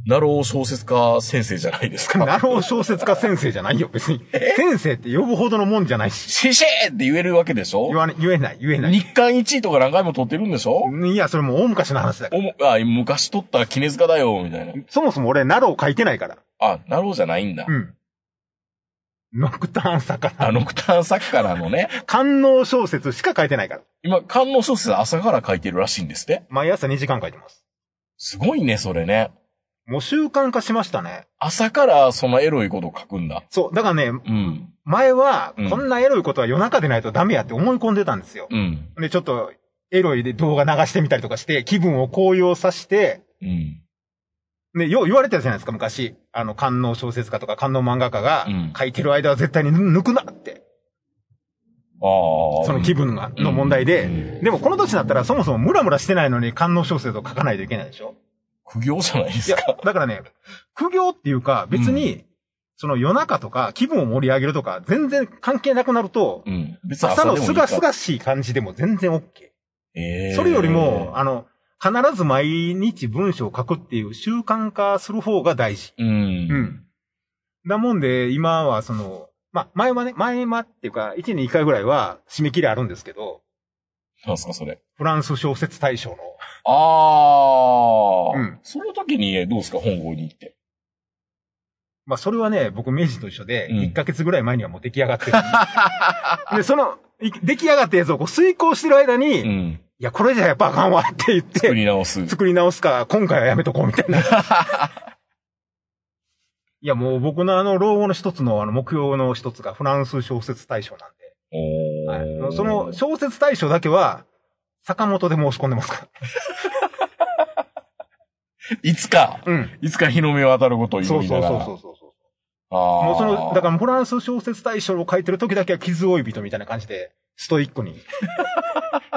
Speaker 2: ナロー小説家先生じゃないですか。
Speaker 3: なろう小説家先生じゃないよ、別 [LAUGHS] に。先生って呼ぶほどのもんじゃないし。
Speaker 2: シェシェーって言えるわけでしょ
Speaker 3: 言わね、言えない、言えない。
Speaker 2: 日刊1位とか何回も取ってるんでしょ、
Speaker 3: いや、それもう大昔の話だから。
Speaker 2: おもあ昔取った絹塚だよ、みたいな。
Speaker 3: そもそも俺、なろう書いてないから。
Speaker 2: あ、ナローじゃないんだ。
Speaker 3: うん。ノクターンさから。
Speaker 2: あ、 [LAUGHS] ノクターン作家なのね。
Speaker 3: 官能小説しか書いてないから。
Speaker 2: 今、観音小説朝から書いてるらしいんですって。
Speaker 3: 毎朝2時間書いてます。
Speaker 2: すごいね、それね。
Speaker 3: もう習慣化しましたね。
Speaker 2: 朝からそのエロいこと書くんだ。
Speaker 3: そう。だからね、
Speaker 2: うん。
Speaker 3: 前は
Speaker 2: うん、
Speaker 3: こんなエロいことは夜中でないとダメやって思い込んでたんですよ。
Speaker 2: うん。
Speaker 3: で、ちょっと、エロいで動画流してみたりとかして、気分を高揚させて、
Speaker 2: うん。
Speaker 3: ね、よう言われてたじゃないですか、昔。あの、官能小説家とか官能漫画家が
Speaker 2: うん、
Speaker 3: 書いてる間は絶対に抜くなって、
Speaker 2: ああ。
Speaker 3: その気分が、の問題
Speaker 2: う
Speaker 3: で。でも、この年になったらそもそもムラムラしてないのに官能小説を書かないといけないでしょ
Speaker 2: 苦行じゃないで
Speaker 3: い
Speaker 2: す
Speaker 3: や
Speaker 2: か。、
Speaker 3: だからね、苦行っていうか、別に、その夜中とか気分を盛り上げるとか、全然関係なくなると、
Speaker 2: うん。別
Speaker 3: 朝のすがす
Speaker 2: か
Speaker 3: がしい感じでも全然 OK。
Speaker 2: えー
Speaker 3: それよりも、、あの、必ず毎日文章を書くっていう習慣化する方が大事。
Speaker 2: うん。
Speaker 3: うん。だもんで、今はその、まあ、前はね、前はっていうか、1年1回ぐらいは締め切りあるんですけど、
Speaker 2: なんすか、それ。
Speaker 3: フランス小説大賞の。
Speaker 2: ああ。
Speaker 3: うん
Speaker 2: その時に、えどうですか、本郷に行って。
Speaker 3: まあ、それはね、僕、明治と一緒で、
Speaker 2: うん
Speaker 3: 1ヶ月ぐらい前にはもう出来上
Speaker 2: [LAUGHS]
Speaker 3: がってる。で、その、い出来上がったやつをこう遂行してる間に、
Speaker 2: う
Speaker 3: い
Speaker 2: ん。
Speaker 3: や、これじゃやっぱあかんわって言っ
Speaker 2: 作
Speaker 3: て、
Speaker 2: り直す。
Speaker 3: 作り直すか、今回はやめとこうみた
Speaker 2: [LAUGHS]
Speaker 3: いな。いや、もう僕のあの、老後の一つの、あの、目標の一つがフランス小説大賞なんで。
Speaker 2: お
Speaker 3: はい
Speaker 2: ー
Speaker 3: もうその小説大賞だけは、坂本で申し込んでますから。
Speaker 2: いつか、
Speaker 3: うん。
Speaker 2: いつか日の目を当たることを
Speaker 3: そ
Speaker 2: 祈
Speaker 3: う
Speaker 2: り
Speaker 3: そ
Speaker 2: な
Speaker 3: う
Speaker 2: がら。
Speaker 3: そうそうそう。
Speaker 2: ああ。
Speaker 3: もうその、だからフランス小説大賞を書いてる時だけは傷追い人みたいな感じで、ストイック [LAUGHS] に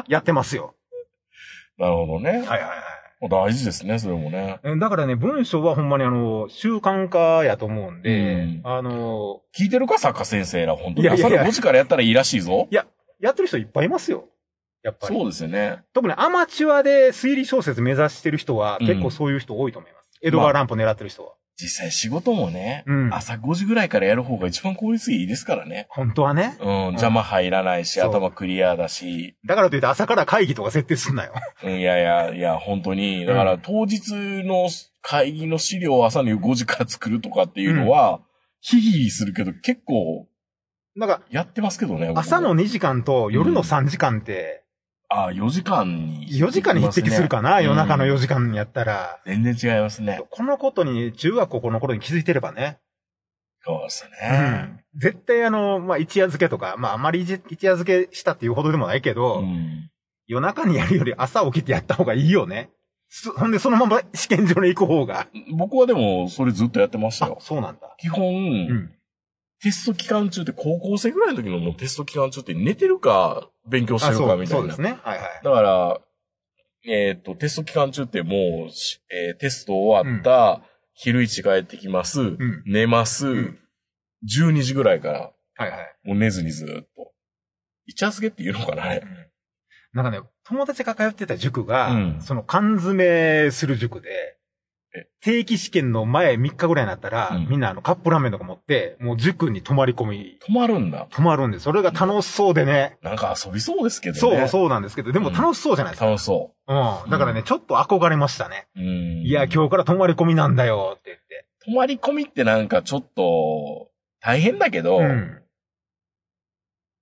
Speaker 3: やってますよ。
Speaker 2: なるほどね。
Speaker 3: はいはいはい。
Speaker 2: もう大事ですね、それもね。
Speaker 3: うんだからね、文章はほんまにあの、習慣化やと思うんで、
Speaker 2: うん
Speaker 3: あの、
Speaker 2: 聞いてるか、作家先生ら、本当に。
Speaker 3: いやいや
Speaker 2: 朝の5時からやったらいいらしいぞ。
Speaker 3: やってる人いっぱいいますよ。やっぱり。
Speaker 2: そうですよね。
Speaker 3: 特にアマチュアで推理小説目指してる人は、
Speaker 2: うん
Speaker 3: 結構そういう人多いと思います。江戸川乱歩狙ってる人は。
Speaker 2: 実際仕事もね、
Speaker 3: うん
Speaker 2: 朝5時ぐらいからやる方が一番効率いいですからね。
Speaker 3: 本当はね。
Speaker 2: うん、邪魔入らないし、
Speaker 3: そう
Speaker 2: 頭クリアだし、
Speaker 3: だからといって朝から会議とか設定すんなよ。 [LAUGHS]
Speaker 2: うん、いやいや、いや、本当に。だから、当日の会議の資料を朝の5時から作るとかっていうのは、ヒヒヒするけど、結構、
Speaker 3: なんか、
Speaker 2: やってますけどね。僕も
Speaker 3: 朝の2時間と夜の3時間って、
Speaker 2: あ、4時間に。
Speaker 3: 4時間に匹敵するか
Speaker 2: う
Speaker 3: な、
Speaker 2: ん
Speaker 3: 夜中の4時間やったら。
Speaker 2: 全然違いますね。
Speaker 3: このことに中学高校の頃に気づいてればね。
Speaker 2: そうです
Speaker 3: う
Speaker 2: ね。。
Speaker 3: 絶対あの、まあ、一夜漬けとか、まあ、あまり一一夜漬けしたっていうほどでもないけど、
Speaker 2: うん。
Speaker 3: 夜中にやるより朝起きてやった方がいいよね。そほんで、そのまま試験場に行く方が。
Speaker 2: 僕はでも、それずっとやってました
Speaker 3: あ
Speaker 2: よ、。
Speaker 3: そうなんだ。
Speaker 2: 基本、
Speaker 3: うん。
Speaker 2: テスト期間中って、高校生ぐらいの時のもうテスト期間中って寝てるか、勉強してるか
Speaker 3: そう
Speaker 2: みたい
Speaker 3: そ
Speaker 2: う
Speaker 3: で
Speaker 2: な。
Speaker 3: すね。はいはい。
Speaker 2: だから、えっ、と、テスト期間中ってもうし、えーテスト終わった、昼一帰ってきます、
Speaker 3: ん
Speaker 2: 寝ます、
Speaker 3: ん
Speaker 2: 12時ぐらいから、
Speaker 3: はいはい。
Speaker 2: もう寝ずにずーっと。一夜漬けって言うのかな、あれ。
Speaker 3: なんかね、友達が通ってた塾が、
Speaker 2: うん
Speaker 3: その缶詰する塾で
Speaker 2: え、
Speaker 3: 定期試験の前3日ぐらいになったら、
Speaker 2: うん
Speaker 3: みんなあのカップラーメンとか持って、もう塾に泊まり込み、
Speaker 2: 止まるんだ。
Speaker 3: 泊まるんで、それが楽しそうでね。
Speaker 2: なんか遊びそうですけど
Speaker 3: そ
Speaker 2: ね。
Speaker 3: う、そうなんですけど、でも楽しそうじゃないですか。
Speaker 2: 楽しそ
Speaker 3: うん。だからね、
Speaker 2: うん
Speaker 3: ちょっと憧れましたね。
Speaker 2: う。うん。
Speaker 3: いや、今日から泊まり込みなんだよって言って。
Speaker 2: 泊まり込みってなんかちょっと、大変だけど、
Speaker 3: うん。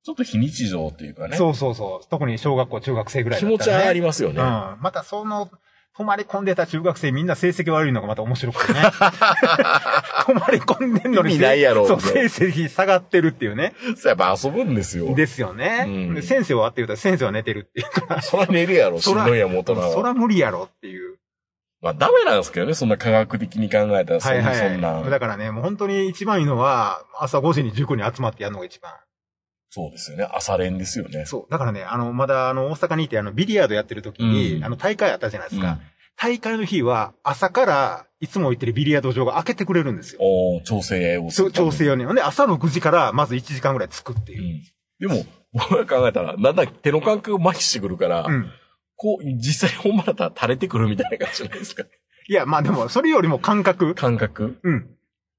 Speaker 2: ちょっと非日常というかね。
Speaker 3: そうそうそう。特に小学校、中学生ぐらい
Speaker 2: 気
Speaker 3: だっ
Speaker 2: 持
Speaker 3: た
Speaker 2: ち
Speaker 3: ら、ね。
Speaker 2: はありますよ
Speaker 3: う
Speaker 2: ね。
Speaker 3: ん。またその、泊まり込んでた中学生みんな成績悪いのがまた面
Speaker 2: [LAUGHS]
Speaker 3: 白くてね。泊まり込んでんのに。
Speaker 2: 意味ないやろ
Speaker 3: そう、成績下がってるっていうね。
Speaker 2: そうやっぱ遊ぶんですよ。
Speaker 3: ですよね。
Speaker 2: うん
Speaker 3: で先生はって言うたら先生は寝てるっていう。
Speaker 2: そら寝るやろ、しん
Speaker 3: そら
Speaker 2: どいやん、もう大人
Speaker 3: そ
Speaker 2: は。
Speaker 3: ら無理やろっていう。
Speaker 2: まあダメなんですけどね、そんな科学的に考えたら、そ
Speaker 3: は
Speaker 2: ん
Speaker 3: い
Speaker 2: な、
Speaker 3: は
Speaker 2: そん
Speaker 3: い。
Speaker 2: な。
Speaker 3: だからね、もう本当に一番いいのは、朝5時に塾に集まってやるのが一番。
Speaker 2: そうですよね、朝練ですよね。
Speaker 3: そう。だからね、あの、まだあの、大阪にいて、あの、ビリヤードやってる時に、
Speaker 2: うん
Speaker 3: あの、大会あったじゃないですか。
Speaker 2: うん
Speaker 3: 大会の日は、朝から、いつも行ってるビリヤード場が開けてくれるんですよ。
Speaker 2: おー調整をす
Speaker 3: そう
Speaker 2: るため
Speaker 3: 調
Speaker 2: に
Speaker 3: 整用に。ほんで、朝の9時から、まず1時間ぐらいつくっていう
Speaker 2: ん。
Speaker 3: う。
Speaker 2: でも、僕が考えたら、なんだ手の感覚麻痺してくるから、
Speaker 3: うん。
Speaker 2: こう、実際本番だったら垂れてくるみたいな感じじゃないですか。
Speaker 3: いや、まあでも、それよりも [LAUGHS] 感覚。
Speaker 2: 感覚。
Speaker 3: うん。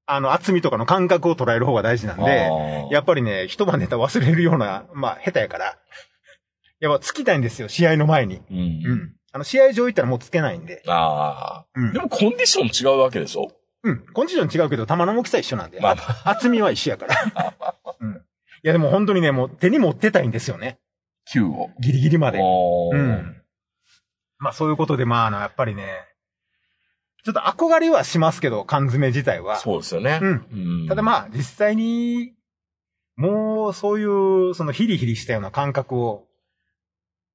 Speaker 3: あの、厚みとかの感覚を捉える方が大事なんで、
Speaker 2: あー
Speaker 3: やっぱりね、一晩ネタ忘れるような、まあ、下手やから。やっぱ、つきたいんですよ、試合の前に。
Speaker 2: うん。
Speaker 3: うん。あの、試合場行ったらもうつけないんで。
Speaker 2: あ
Speaker 3: う
Speaker 2: あ。
Speaker 3: ん
Speaker 2: で。もコンディション違うわけでしょ
Speaker 3: うん。コンディション違うけど、球の大きさ一緒なんで。
Speaker 2: まあ
Speaker 3: 厚みは一緒やから。うん。いや、でも本当にね、もう手に持ってたいんですよね。
Speaker 2: 9を。
Speaker 3: ギリギリまで。
Speaker 2: おー
Speaker 3: うん。まあ、そういうことで、まあ、あの、やっぱりね、ちょっと憧れはしますけど、缶詰自体は。
Speaker 2: そうですよね。
Speaker 3: うん
Speaker 2: うん
Speaker 3: ただまあ、実際に、もう、そういう、そのヒリヒリしたような感覚を、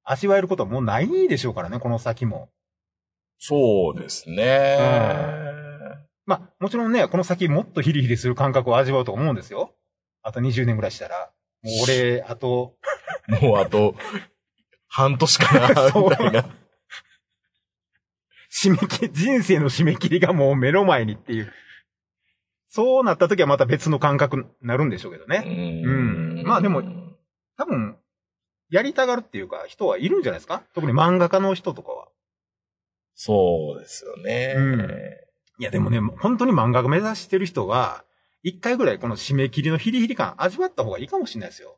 Speaker 3: 味わえることはもうないでしょうからね、この先も。
Speaker 2: そうですね。
Speaker 3: まあ、もちろんね、この先もっとヒリヒリする感覚を味わうと思うんですよ。あと20年ぐらいしたら。もう俺、あと、
Speaker 2: もうあと、半年かな、
Speaker 3: [LAUGHS] そう
Speaker 2: みたいな。
Speaker 3: 締め切り、人生の締め切りがもう目の前にっていう。そうなった時はまた別の感覚になるんでしょうけど
Speaker 2: う
Speaker 3: ね。
Speaker 2: ん
Speaker 3: まあでも多分、やりたがるっていうか、人はいるんじゃないですか特に漫画家の人とかは。
Speaker 2: そうですよね。
Speaker 3: うんいやでもね、本当に漫画家目指してる人は、一回ぐらいこの締め切りのヒリヒリ感味わった方がいいかもしれないですよ。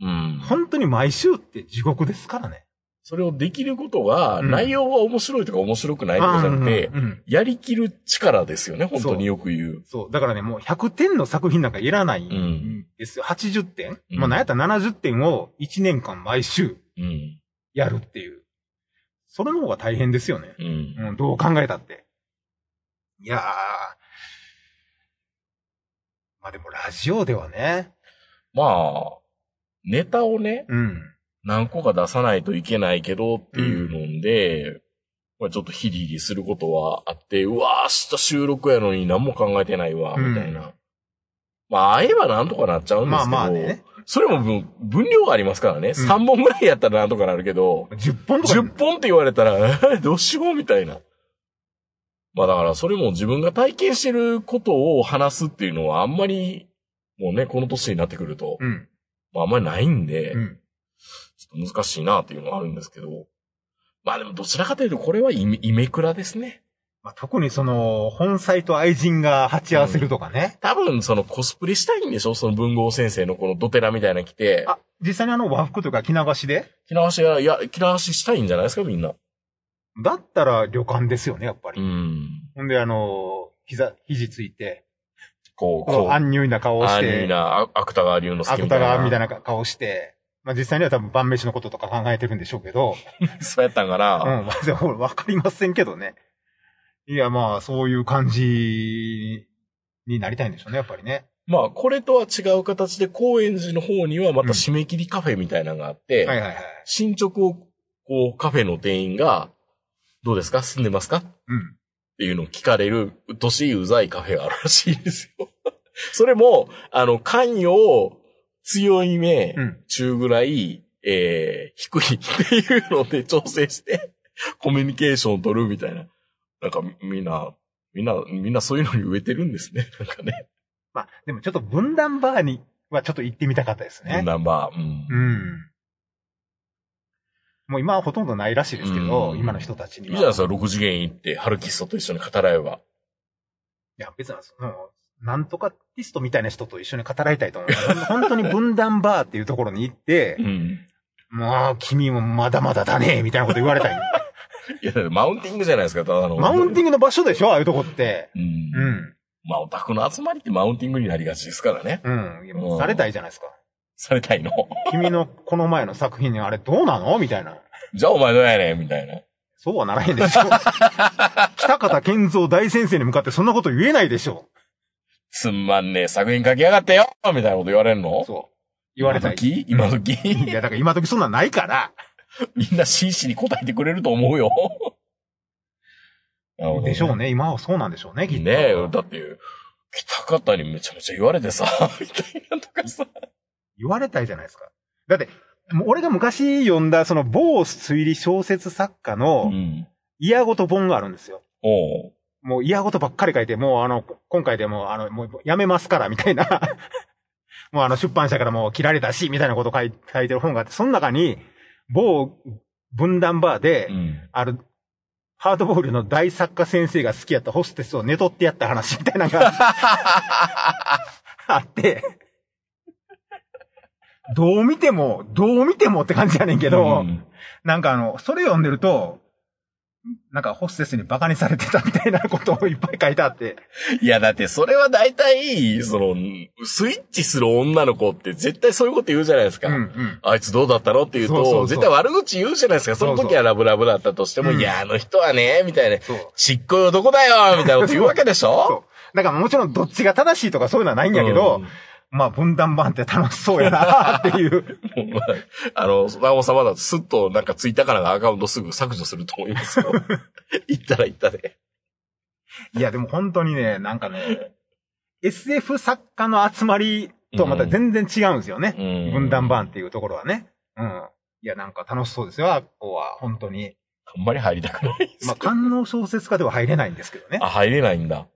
Speaker 2: うん。
Speaker 3: 本当に毎週って地獄ですからね。
Speaker 2: それをできることが、
Speaker 3: うん
Speaker 2: 内容が面白いとか面白くないとかじゃなくて、
Speaker 3: うんうん
Speaker 2: やりきる力ですよね、本当によく言う。
Speaker 3: そう。だからね、もう100点の作品なんかいらないんですよ。80点、
Speaker 2: うん
Speaker 3: まあ、なんやったら70点を1年間毎週
Speaker 2: うん。
Speaker 3: やるっていう。それの方が大変ですよね。
Speaker 2: うん。
Speaker 3: うん、どう考えたって。いやー。まあでも、ラジオではね。
Speaker 2: まあ、ネタをね、
Speaker 3: うん。
Speaker 2: 何個か出さないといけないけどっていうので、まあ、ちょっとヒリヒリすることはあって、うわー、明日収録やのに何も考えてないわ、
Speaker 3: うん
Speaker 2: みたいな。まあ、会えばなんとかなっちゃうんで
Speaker 3: ますあ
Speaker 2: けど、
Speaker 3: まあね。
Speaker 2: それも分分量がありますからね。3本ぐらいやったらなんとかなるけど、
Speaker 3: 10本とか。
Speaker 2: 10本って言われたら、 [LAUGHS] えーどうしようみたいな。まあだからそれも自分が体験してることを話すっていうのはあんまり、もうね、この年になってくると、
Speaker 3: うん。
Speaker 2: まああんまりないんで、
Speaker 3: うん。
Speaker 2: ちょっと難しいなっていうのはあるんですけど、まあでもどちらかというとこれはイメイメクラですね。
Speaker 3: まあ、特にその、本妻と愛人が鉢合わせるとかね。
Speaker 2: 多分そのコスプレしたいんでしょその文豪先生のこのドテラみたいなの着て、
Speaker 3: あ、実際にあの和服とか着流しで
Speaker 2: 着流しや、いや、着流ししたいんじゃないですかみんな。
Speaker 3: だったら旅館ですよね、やっぱ
Speaker 2: う
Speaker 3: り。
Speaker 2: ん。
Speaker 3: ほんで、あの、膝、肘ついて、
Speaker 2: こう、
Speaker 3: こ
Speaker 2: こ
Speaker 3: う、
Speaker 2: う、
Speaker 3: 安入な顔をし
Speaker 2: 安易
Speaker 3: て、
Speaker 2: なあ芥川龍之介みた
Speaker 3: 芥
Speaker 2: いな。
Speaker 3: 川みたいな顔をして、まあ実際には多分晩飯のこととか考えてるんでしょうけど、
Speaker 2: そうやったんか
Speaker 3: うん、
Speaker 2: な。
Speaker 3: まあでもわかりませんけどね。いや、まあ、そういう感じになりたいんでしょうね、やっぱりね。
Speaker 2: まあ、これとは違う形で、高円寺の方にはまた締め切りカフェみたいなのがあって、
Speaker 3: はいはいはい。
Speaker 2: 進捗を、こう、カフェの店員が、どうですか住んでますかっ
Speaker 3: うん。
Speaker 2: ていうのを聞かれる、うっとしいうざいカフェがあるらしいんですよ。 [LAUGHS] それも、あの、関与強い目、
Speaker 3: うん。
Speaker 2: 中ぐらい、えー、低いっていうので調整して、 [LAUGHS] コミュニケーションを取るみたいな。なんか、みんな、みんな、みんなそういうのに植えてるんですね。 [LAUGHS] なんかね。
Speaker 3: まあ、でもちょっと分断バーにはちょっと行ってみたかったですね。
Speaker 2: ナンバー。うん
Speaker 3: うん。もう今はほとんどないらしいですけど、
Speaker 2: うん
Speaker 3: 今の人たちに
Speaker 2: いいじ
Speaker 3: は。
Speaker 2: ゃないですか、6次元行って、ハルキストと一緒に語らえば。
Speaker 3: いや、別にその、なんとかティストみたいな人と一緒に語らいたいと思います。本当に分断バーっていうところに
Speaker 2: [LAUGHS]
Speaker 3: 行って
Speaker 2: う、ん。
Speaker 3: もう君もまだまだだね、みたいなこと言われたい。
Speaker 2: いや、だってマウンティングじゃないですか、ただの。
Speaker 3: [LAUGHS] マウン
Speaker 2: ン
Speaker 3: ティングの場所でしょああいうとこって。
Speaker 2: グう。
Speaker 3: うんん。
Speaker 2: まあ、オタクの集まりってマウンティングになりがちですからね。
Speaker 3: うんいや。
Speaker 2: うん
Speaker 3: されたいじゃないですか。
Speaker 2: されたいの。
Speaker 3: 君のこの前の作品にあれどうなのみたいな。
Speaker 2: じゃあお前どうやねんみたいな。
Speaker 3: そうはならへんでし [LAUGHS] ょ。北方健三大先生に向かってそんなこと言えないでしょ。
Speaker 2: つんまんねえ、作品書きやがってよみたいなこと言われるの
Speaker 3: そう。言われたい。
Speaker 2: 時今時 [LAUGHS]
Speaker 3: いや、だから今時そんなんないから。
Speaker 2: みんな真摯に答えてくれると思うよ。なるほど
Speaker 3: [LAUGHS] でしょうね。今はそうなんでしょうね、きっと。
Speaker 2: ねえ、だって、北方にめちゃめちゃ言われてさ、 [LAUGHS] みたいなとかさ。
Speaker 3: 言われたいじゃないですか。だって、もう俺が昔読んだ、その某推理小説作家
Speaker 2: う
Speaker 3: の
Speaker 2: ん。
Speaker 3: 嫌ごと本があるんですよ。
Speaker 2: おう。
Speaker 3: もう嫌ごとばっかり書いて、もうあの、今回でもうあの、もうやめますから、みたいな。 [LAUGHS] もうあの、出版社からもう切られたし、みたいなこと書い書いてる本があって、その中に、某分断バーで、
Speaker 2: うん。
Speaker 3: ある、ハードボールの大作家先生が好きやったホステスを寝取ってやった話みたいな
Speaker 2: [LAUGHS]
Speaker 3: のがあって、どう見ても、どう見てもって感じやねんけど、
Speaker 2: うん
Speaker 3: なんかあの、それ読んでると、なんかホステスにバカにされてたみたいなことをいっぱい書いてあって、
Speaker 2: いや、だってそれは大体、その、スイッチする女の子って絶対そういうこと言うじゃないですか。
Speaker 3: うんうん。
Speaker 2: あいつどうだったのって言うと
Speaker 3: そうそうそう
Speaker 2: 絶対悪口言うじゃないですか。その
Speaker 3: そうそ
Speaker 2: 時
Speaker 3: う
Speaker 2: はラブラブだったとしても、
Speaker 3: うん
Speaker 2: いや、あの人はね、みたいな。
Speaker 3: そう。
Speaker 2: ちっこい男だよみたいなこと言うわけでしょ
Speaker 3: そう。だからもちろんどっちが正しいとかそういうのはないんやけど、
Speaker 2: うん
Speaker 3: まあ分断版って楽しそうやなっていう。 [LAUGHS]
Speaker 2: もうあの、ラオ様だとすっとなんかツイッターからのアカウントすぐ削除すると思います
Speaker 3: [LAUGHS]
Speaker 2: よ。言ったら言ったで。
Speaker 3: いや、でも本当にね、なんかね、SF 作家の集まりとはまた全然違うんですよね。分断版っていうところはね。うん。いや、なんか楽しそうですよ、あっこは。本当に。
Speaker 2: あんまり入りたくないです
Speaker 3: まあ、官能小説家では入れないんですけどね
Speaker 2: あ、。入れないんだ。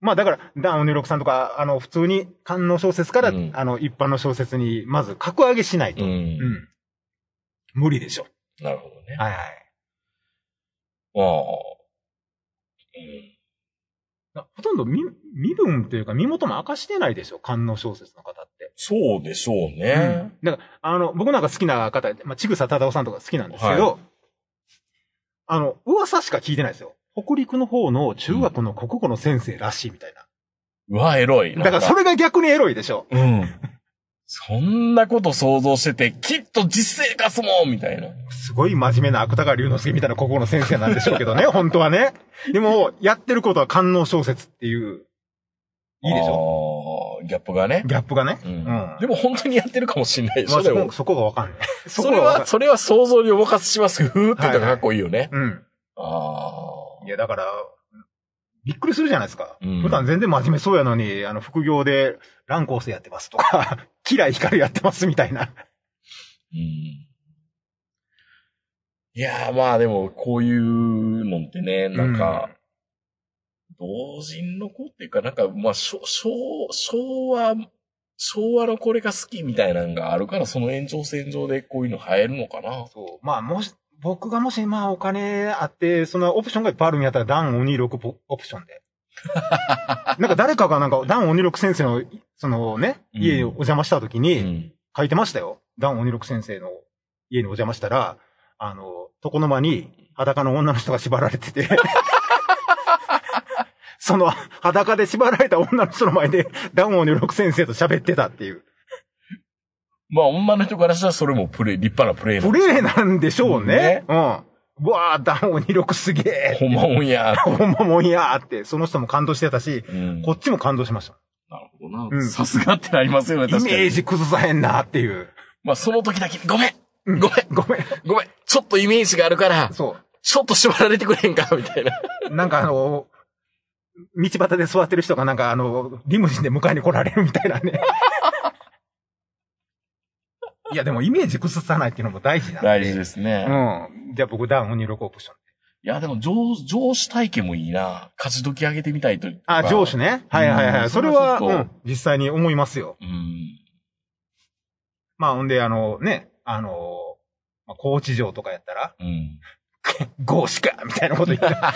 Speaker 3: まあ、だから、ダン・オネロクさんとか、あの、普通に官能小説から、
Speaker 2: うん
Speaker 3: あの、一般の小説に、まず格上げしないと。
Speaker 2: う
Speaker 3: うん。
Speaker 2: ん。
Speaker 3: 無理でしょ。
Speaker 2: なるほどね。
Speaker 3: はいはい。
Speaker 2: まあ。うん
Speaker 3: なほとんど身、身分というか、身元も明かしてないでしょ、官能小説の方って。
Speaker 2: そうでしょう
Speaker 3: う
Speaker 2: ね
Speaker 3: ん。だから、あの、僕なんか好きな方、まあ、ちぐさただおさんとか好きなんですけど、あの、噂しか聞いてないですよ。北陸の方の中学の国語の先生らしいみたいう
Speaker 2: わ、エロい。
Speaker 3: な。だからそ
Speaker 2: れ、
Speaker 3: れが逆にエロいでしょ。
Speaker 2: うん。 [LAUGHS] そんなこと想像してて、きっと実生活もみたいな。
Speaker 3: すごい真面目な芥川龍之介みたいな国語の先生なんでしょうけ [LAUGHS] どね、本当はね。でも、やってることは官能小説っていう、いいでしょ
Speaker 2: ょギャップがね。
Speaker 3: ギャップがね。
Speaker 2: う
Speaker 3: うんん。
Speaker 2: でも本当にやってるかもしれないでし
Speaker 3: ま
Speaker 2: ょ、
Speaker 3: あ、
Speaker 2: で
Speaker 3: そ
Speaker 2: も
Speaker 3: こ、。そこがわ [LAUGHS] かんない。そ
Speaker 2: そ
Speaker 3: こ
Speaker 2: れ
Speaker 3: がわかん
Speaker 2: は、それは想像にお任せします。ふーって言ったらかっこいいよね。
Speaker 3: うん。
Speaker 2: あ
Speaker 3: いや、だから、びっくりするじゃないですか。
Speaker 2: うん
Speaker 3: 普段全然真面目そうやのに、あの、副業で、ランコースやってますとか、 [LAUGHS] キライヒカルやってますみたいな。
Speaker 2: うん。いやー、まあでも、こういうのってね、なんか、同人の子っていうか、なんか、まあ、昭昭昭和、昭和のこれが好きみたいなのがあるから、その延長線上でこういうの流行るのかな。
Speaker 3: そう。まあ、もし、僕がもし、まあ、お金あって、そのオプションがいっぱいあるんやったら、ダン鬼6ポオプショ
Speaker 2: [LAUGHS]
Speaker 3: ンで。なんか誰かがなんか、ダン鬼6先生の、そのね、
Speaker 2: うん
Speaker 3: 家にお邪魔した時
Speaker 2: う
Speaker 3: に、
Speaker 2: ん。
Speaker 3: 書いてましたよ。ダン鬼6先生の家にお邪魔したら、あの、床の間に裸の女の人が縛られて
Speaker 2: [LAUGHS]
Speaker 3: て、その裸で縛られた女の人の前で、ダン鬼6先生と喋ってたっていう。
Speaker 2: まあ、女の人からしたらそれもプレイ、立派なプレイな
Speaker 3: プ
Speaker 2: ん
Speaker 3: レイなんでしょうね
Speaker 2: ね。
Speaker 3: うん。うわあ、ダン鬼6すげえ。
Speaker 2: ほんまもんや。
Speaker 3: ほんまもんやーって、その人も感動してたし、
Speaker 2: [LAUGHS] うん。
Speaker 3: こっちも感動しまし
Speaker 2: なるほど
Speaker 3: う
Speaker 2: な。
Speaker 3: ん
Speaker 2: さすがってなりますよね、
Speaker 3: た。イ
Speaker 2: 確か
Speaker 3: メー
Speaker 2: に。
Speaker 3: ジ崩さへんなーっていう。
Speaker 2: まあ、その時だけ、ごめん
Speaker 3: うん
Speaker 2: ごめん
Speaker 3: ごめん。
Speaker 2: ごめんちょっとイメージがあるから、
Speaker 3: そ
Speaker 2: ちょっと縛られてくれんかみたいな。
Speaker 3: う。なんかあの、道端で座ってる人がなんかあの、リムジンで迎えに来られるみたいな [LAUGHS] ね。いや、でもイメージ崩さないっていうのも大事なんで。
Speaker 2: 大事ですね。
Speaker 3: うん。じゃあ僕、ダウン鬼6オプション。
Speaker 2: いや、でも上、上司体験もいいな。勝ち時上げてみたいと。
Speaker 3: あ、上司
Speaker 2: ね。
Speaker 3: ね。はいはいは
Speaker 2: うん
Speaker 3: い。それは、
Speaker 2: それは
Speaker 3: う
Speaker 2: ちょっ
Speaker 3: ん
Speaker 2: と、
Speaker 3: 実際に思いますよ。
Speaker 2: うん。
Speaker 3: まあ、ほんで、あの、ね、あの、まあ、高知城とかやったら、
Speaker 2: うん。
Speaker 3: ゴーシかみたいなこと言ったら、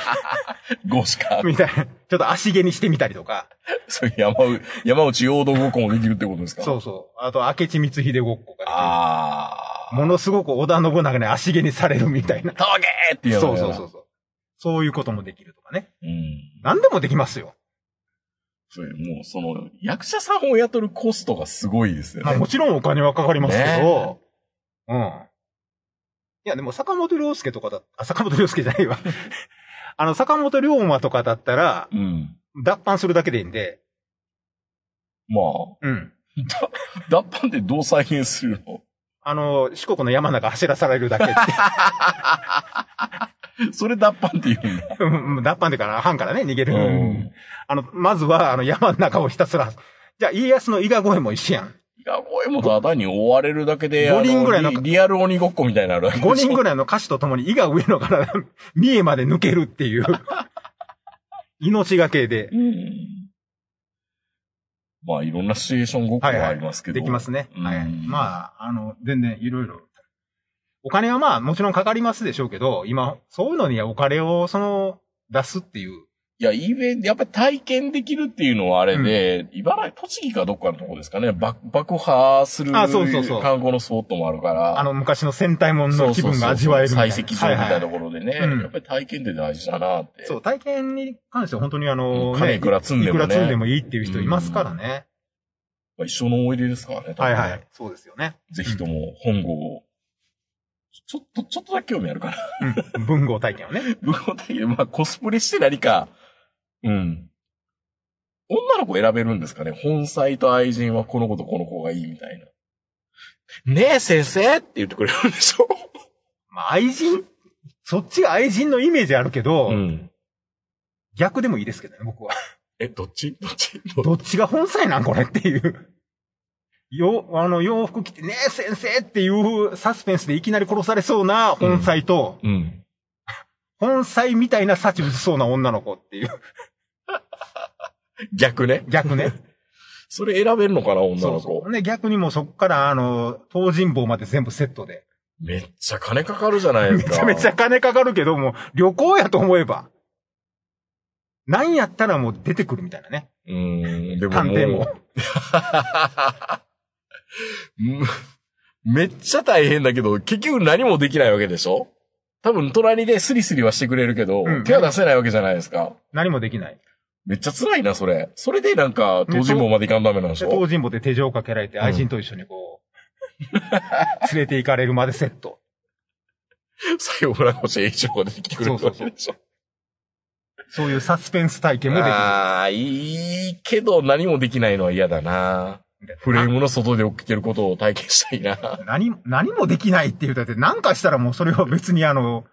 Speaker 2: 上司か。
Speaker 3: [LAUGHS] みたいな。ちょっと足毛にしてみたりとか。
Speaker 2: そういう山内、山内陽動ごっこもできるってことですか。
Speaker 3: そううそう。あと、明智光秀ごっこが
Speaker 2: あ
Speaker 3: できる。ものすごく織田信長に足毛にされるみたいな
Speaker 2: ー。。峠っていう
Speaker 3: そ
Speaker 2: の
Speaker 3: う
Speaker 2: が
Speaker 3: そうそう。そう。そういうこともできるとかね。
Speaker 2: うん。
Speaker 3: 何でもできますよ。
Speaker 2: そういう、もうその、役者さんを雇うコストがすごいですよ
Speaker 3: まあ
Speaker 2: ね。
Speaker 3: もちろんお金はかかりますけ
Speaker 2: ね
Speaker 3: ど。うん。いや、でも坂本良介とかだ、あ、坂本良介じゃないわ。 [LAUGHS] あの、坂本龍馬とかだったら、
Speaker 2: うん。
Speaker 3: 脱藩するだけでいいんで。
Speaker 2: ま
Speaker 3: うん。
Speaker 2: あ、脱藩ってどう再現するの
Speaker 3: あの、四国の山なんか走らされる
Speaker 2: [LAUGHS]
Speaker 3: だけって。
Speaker 2: それ脱藩って言うんだ。
Speaker 3: うんうん脱藩でから、藩からね、逃げる。
Speaker 2: うん
Speaker 3: あの、まずは、あの、山の中をひたすら、じゃあ、家康の伊賀越えも一緒やん。
Speaker 2: いや、声もただに追われるだけで、
Speaker 3: 五人ぐらい
Speaker 2: あの
Speaker 3: なんか
Speaker 2: リリアル鬼ごっこみたいになるわけでしょ
Speaker 3: 5人ぐらいの歌手とともに伊賀上野から、 [LAUGHS] 三重まで抜けるっていう。命がけで、
Speaker 2: うんまあ、いろんなシチュエーションごっこ
Speaker 3: はいはい
Speaker 2: はありますけど。
Speaker 3: できますね。はい。
Speaker 2: うん
Speaker 3: まあ、あの、全然いろいろ。お金はまあ、もちろんかかりますでしょうけど、今、そういうのにお金を、その、出すっていう。
Speaker 2: いや、イベント、やっぱり体験できるっていうのはあれで、茨城、栃木かどっかのとこですかね、爆爆破する
Speaker 3: あそうそうそう
Speaker 2: 観光のスポットもあるから、
Speaker 3: あの、昔の戦隊もん
Speaker 2: そう
Speaker 3: の
Speaker 2: そ
Speaker 3: 気
Speaker 2: うそう
Speaker 3: 分が味わえるみたいな。
Speaker 2: 採石場みたいなと
Speaker 3: は
Speaker 2: ころでね、
Speaker 3: うん
Speaker 2: やっぱり体験って大事だなって。
Speaker 3: そう、体験に関しては本当にあの、
Speaker 2: 金いくら積んでもね
Speaker 3: いくら積んでもいいっていう人いますからね。
Speaker 2: まあ一生の思い出ですからね。多
Speaker 3: は
Speaker 2: 分
Speaker 3: い
Speaker 2: ね
Speaker 3: はい。そうですよね。
Speaker 2: ぜひとも本郷を、ちょっと、ちょっとだけ興味あるかな。
Speaker 3: うん。 [LAUGHS] 文豪体験をね。
Speaker 2: 武功体験、 [LAUGHS] まあコスプレして何か、うん。女の子選べるんですかね本妻と愛人はこの子とこの子がいいみたいな。ねえ先生って言ってくれるんでしょ
Speaker 3: まあ、愛人、そっちが愛人のイメージあるけど、
Speaker 2: ん。
Speaker 3: 逆でもいいですけどね、僕は。
Speaker 2: [LAUGHS]
Speaker 3: [LAUGHS]
Speaker 2: え、どっちどっちどっち
Speaker 3: どっちが本妻なんこれっていう。 [LAUGHS] よ、あの、洋服着て、ねえ先生っていうサスペンスでいきなり殺されそうな本妻と、
Speaker 2: うん。
Speaker 3: 本妻みたいな幸薄そうな女の子っていう。 [LAUGHS]
Speaker 2: 逆ね。
Speaker 3: 逆ね。
Speaker 2: それ選べるのかな [LAUGHS] 女の子。
Speaker 3: そうそう。ね、逆にもうそっから、あの、東尋坊まで全部セットで。
Speaker 2: めっちゃ金かかるじゃないで
Speaker 3: め
Speaker 2: すか。
Speaker 3: ちゃめちゃ金かかるけど、もう旅行やと思えば。なんやったらもう出てくるみたいなね。
Speaker 2: うーん、でも
Speaker 3: 探偵
Speaker 2: も
Speaker 3: も
Speaker 2: う。むめっちゃ大変だけど、結局何もできないわけでしょ多分隣でスリスリはしてくれるけど、
Speaker 3: うん
Speaker 2: 手は出せないわけじゃないですか。
Speaker 3: 何もできない。
Speaker 2: めっちゃ辛いな、それ。それでなんか、当時もまでいかんダメなんでし
Speaker 3: で
Speaker 2: ょ
Speaker 3: 東尋坊で手錠かけられて、
Speaker 2: うん
Speaker 3: 愛人と一緒にこう、連れて行かれるまでセット。
Speaker 2: 最後、村越英一郎が出てきてくれるわけでしょ
Speaker 3: そういうサスペンス体験もできる。
Speaker 2: ああ、いいけど、何もできないのは嫌だな。フレームの外で起きてることを体験したいな。 [LAUGHS]
Speaker 3: 何、何もできないっていうだって、なんかしたらもうそれは別にあの、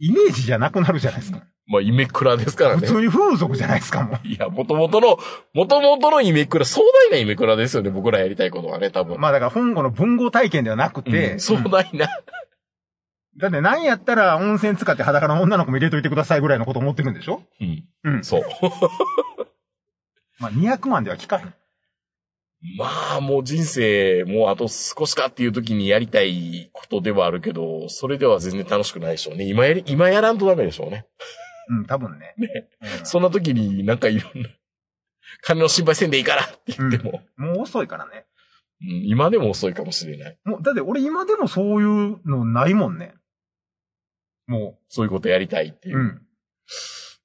Speaker 3: イメージじゃなくなるじゃないですか。
Speaker 2: まあ、イメクラですから
Speaker 3: 普
Speaker 2: ね。
Speaker 3: 通に風俗じゃないですか、も
Speaker 2: いや、元々の、元々のイメクラ、壮大なイメクラですよね、僕らやりたいことはね、多
Speaker 3: う。
Speaker 2: 分。
Speaker 3: まあだから本郷の文豪体験ではなくて、
Speaker 2: うん壮大な。
Speaker 3: だって何やったら温泉使って裸の女の子も入れといてくださいぐらいのこと思ってるんでしょ
Speaker 2: うん。
Speaker 3: うん。
Speaker 2: そう。
Speaker 3: まあ200万では効かへん。
Speaker 2: まあ、もう人生、もうあと少しかっていう時にやりたいことではあるけど、それでは全然楽しくないでしょうね。今やり、今やらんとダメでしょうね。
Speaker 3: うん、多分ね。うん
Speaker 2: そんな時になんかいろんな、金の心配せんでいいからって言っても、
Speaker 3: もう遅いからね。
Speaker 2: うん今でも遅いかもしれない。
Speaker 3: もう、だって俺今でもそういうのないもんね。も
Speaker 2: そういうことやりたいって
Speaker 3: う。
Speaker 2: いうう。
Speaker 3: ん。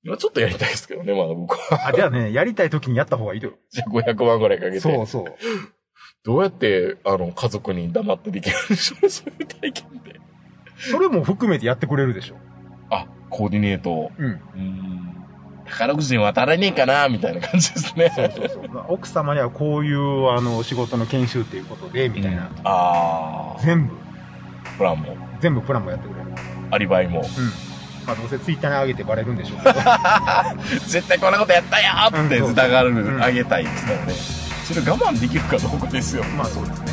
Speaker 2: 今ちょっとやりたいですけどね、まだ僕は。
Speaker 3: あ、じゃあね、やりたい時にやった方がいいとよ。
Speaker 2: じゃあ500万ぐらいかけて。
Speaker 3: そうそう。
Speaker 2: どうやって、あの、家族に黙ってできるんでしょうそういう体験で。
Speaker 3: それも含めてやってくれるでしょ。
Speaker 2: あ、コーディネート。
Speaker 3: うん。
Speaker 2: うーん。宝くじに渡らねえかな、みたいな感じですね。
Speaker 3: そうそうそう。まあ奥様にはこういう、あの、仕事の研修っていうことで、みたいな。
Speaker 2: うんあ
Speaker 3: 全部、
Speaker 2: あ、プランも、
Speaker 3: 全部プランもやってくれる。うん。
Speaker 2: アリバイも。
Speaker 3: まあどうせツイッターに上げてバレるんでしょう [LAUGHS] けど。
Speaker 2: 絶対こんなことやったよーって
Speaker 3: うんそう
Speaker 2: 疑
Speaker 3: うん
Speaker 2: る、あげたいですからね。それ我慢できるかどうかですよ。
Speaker 3: まあそうですね。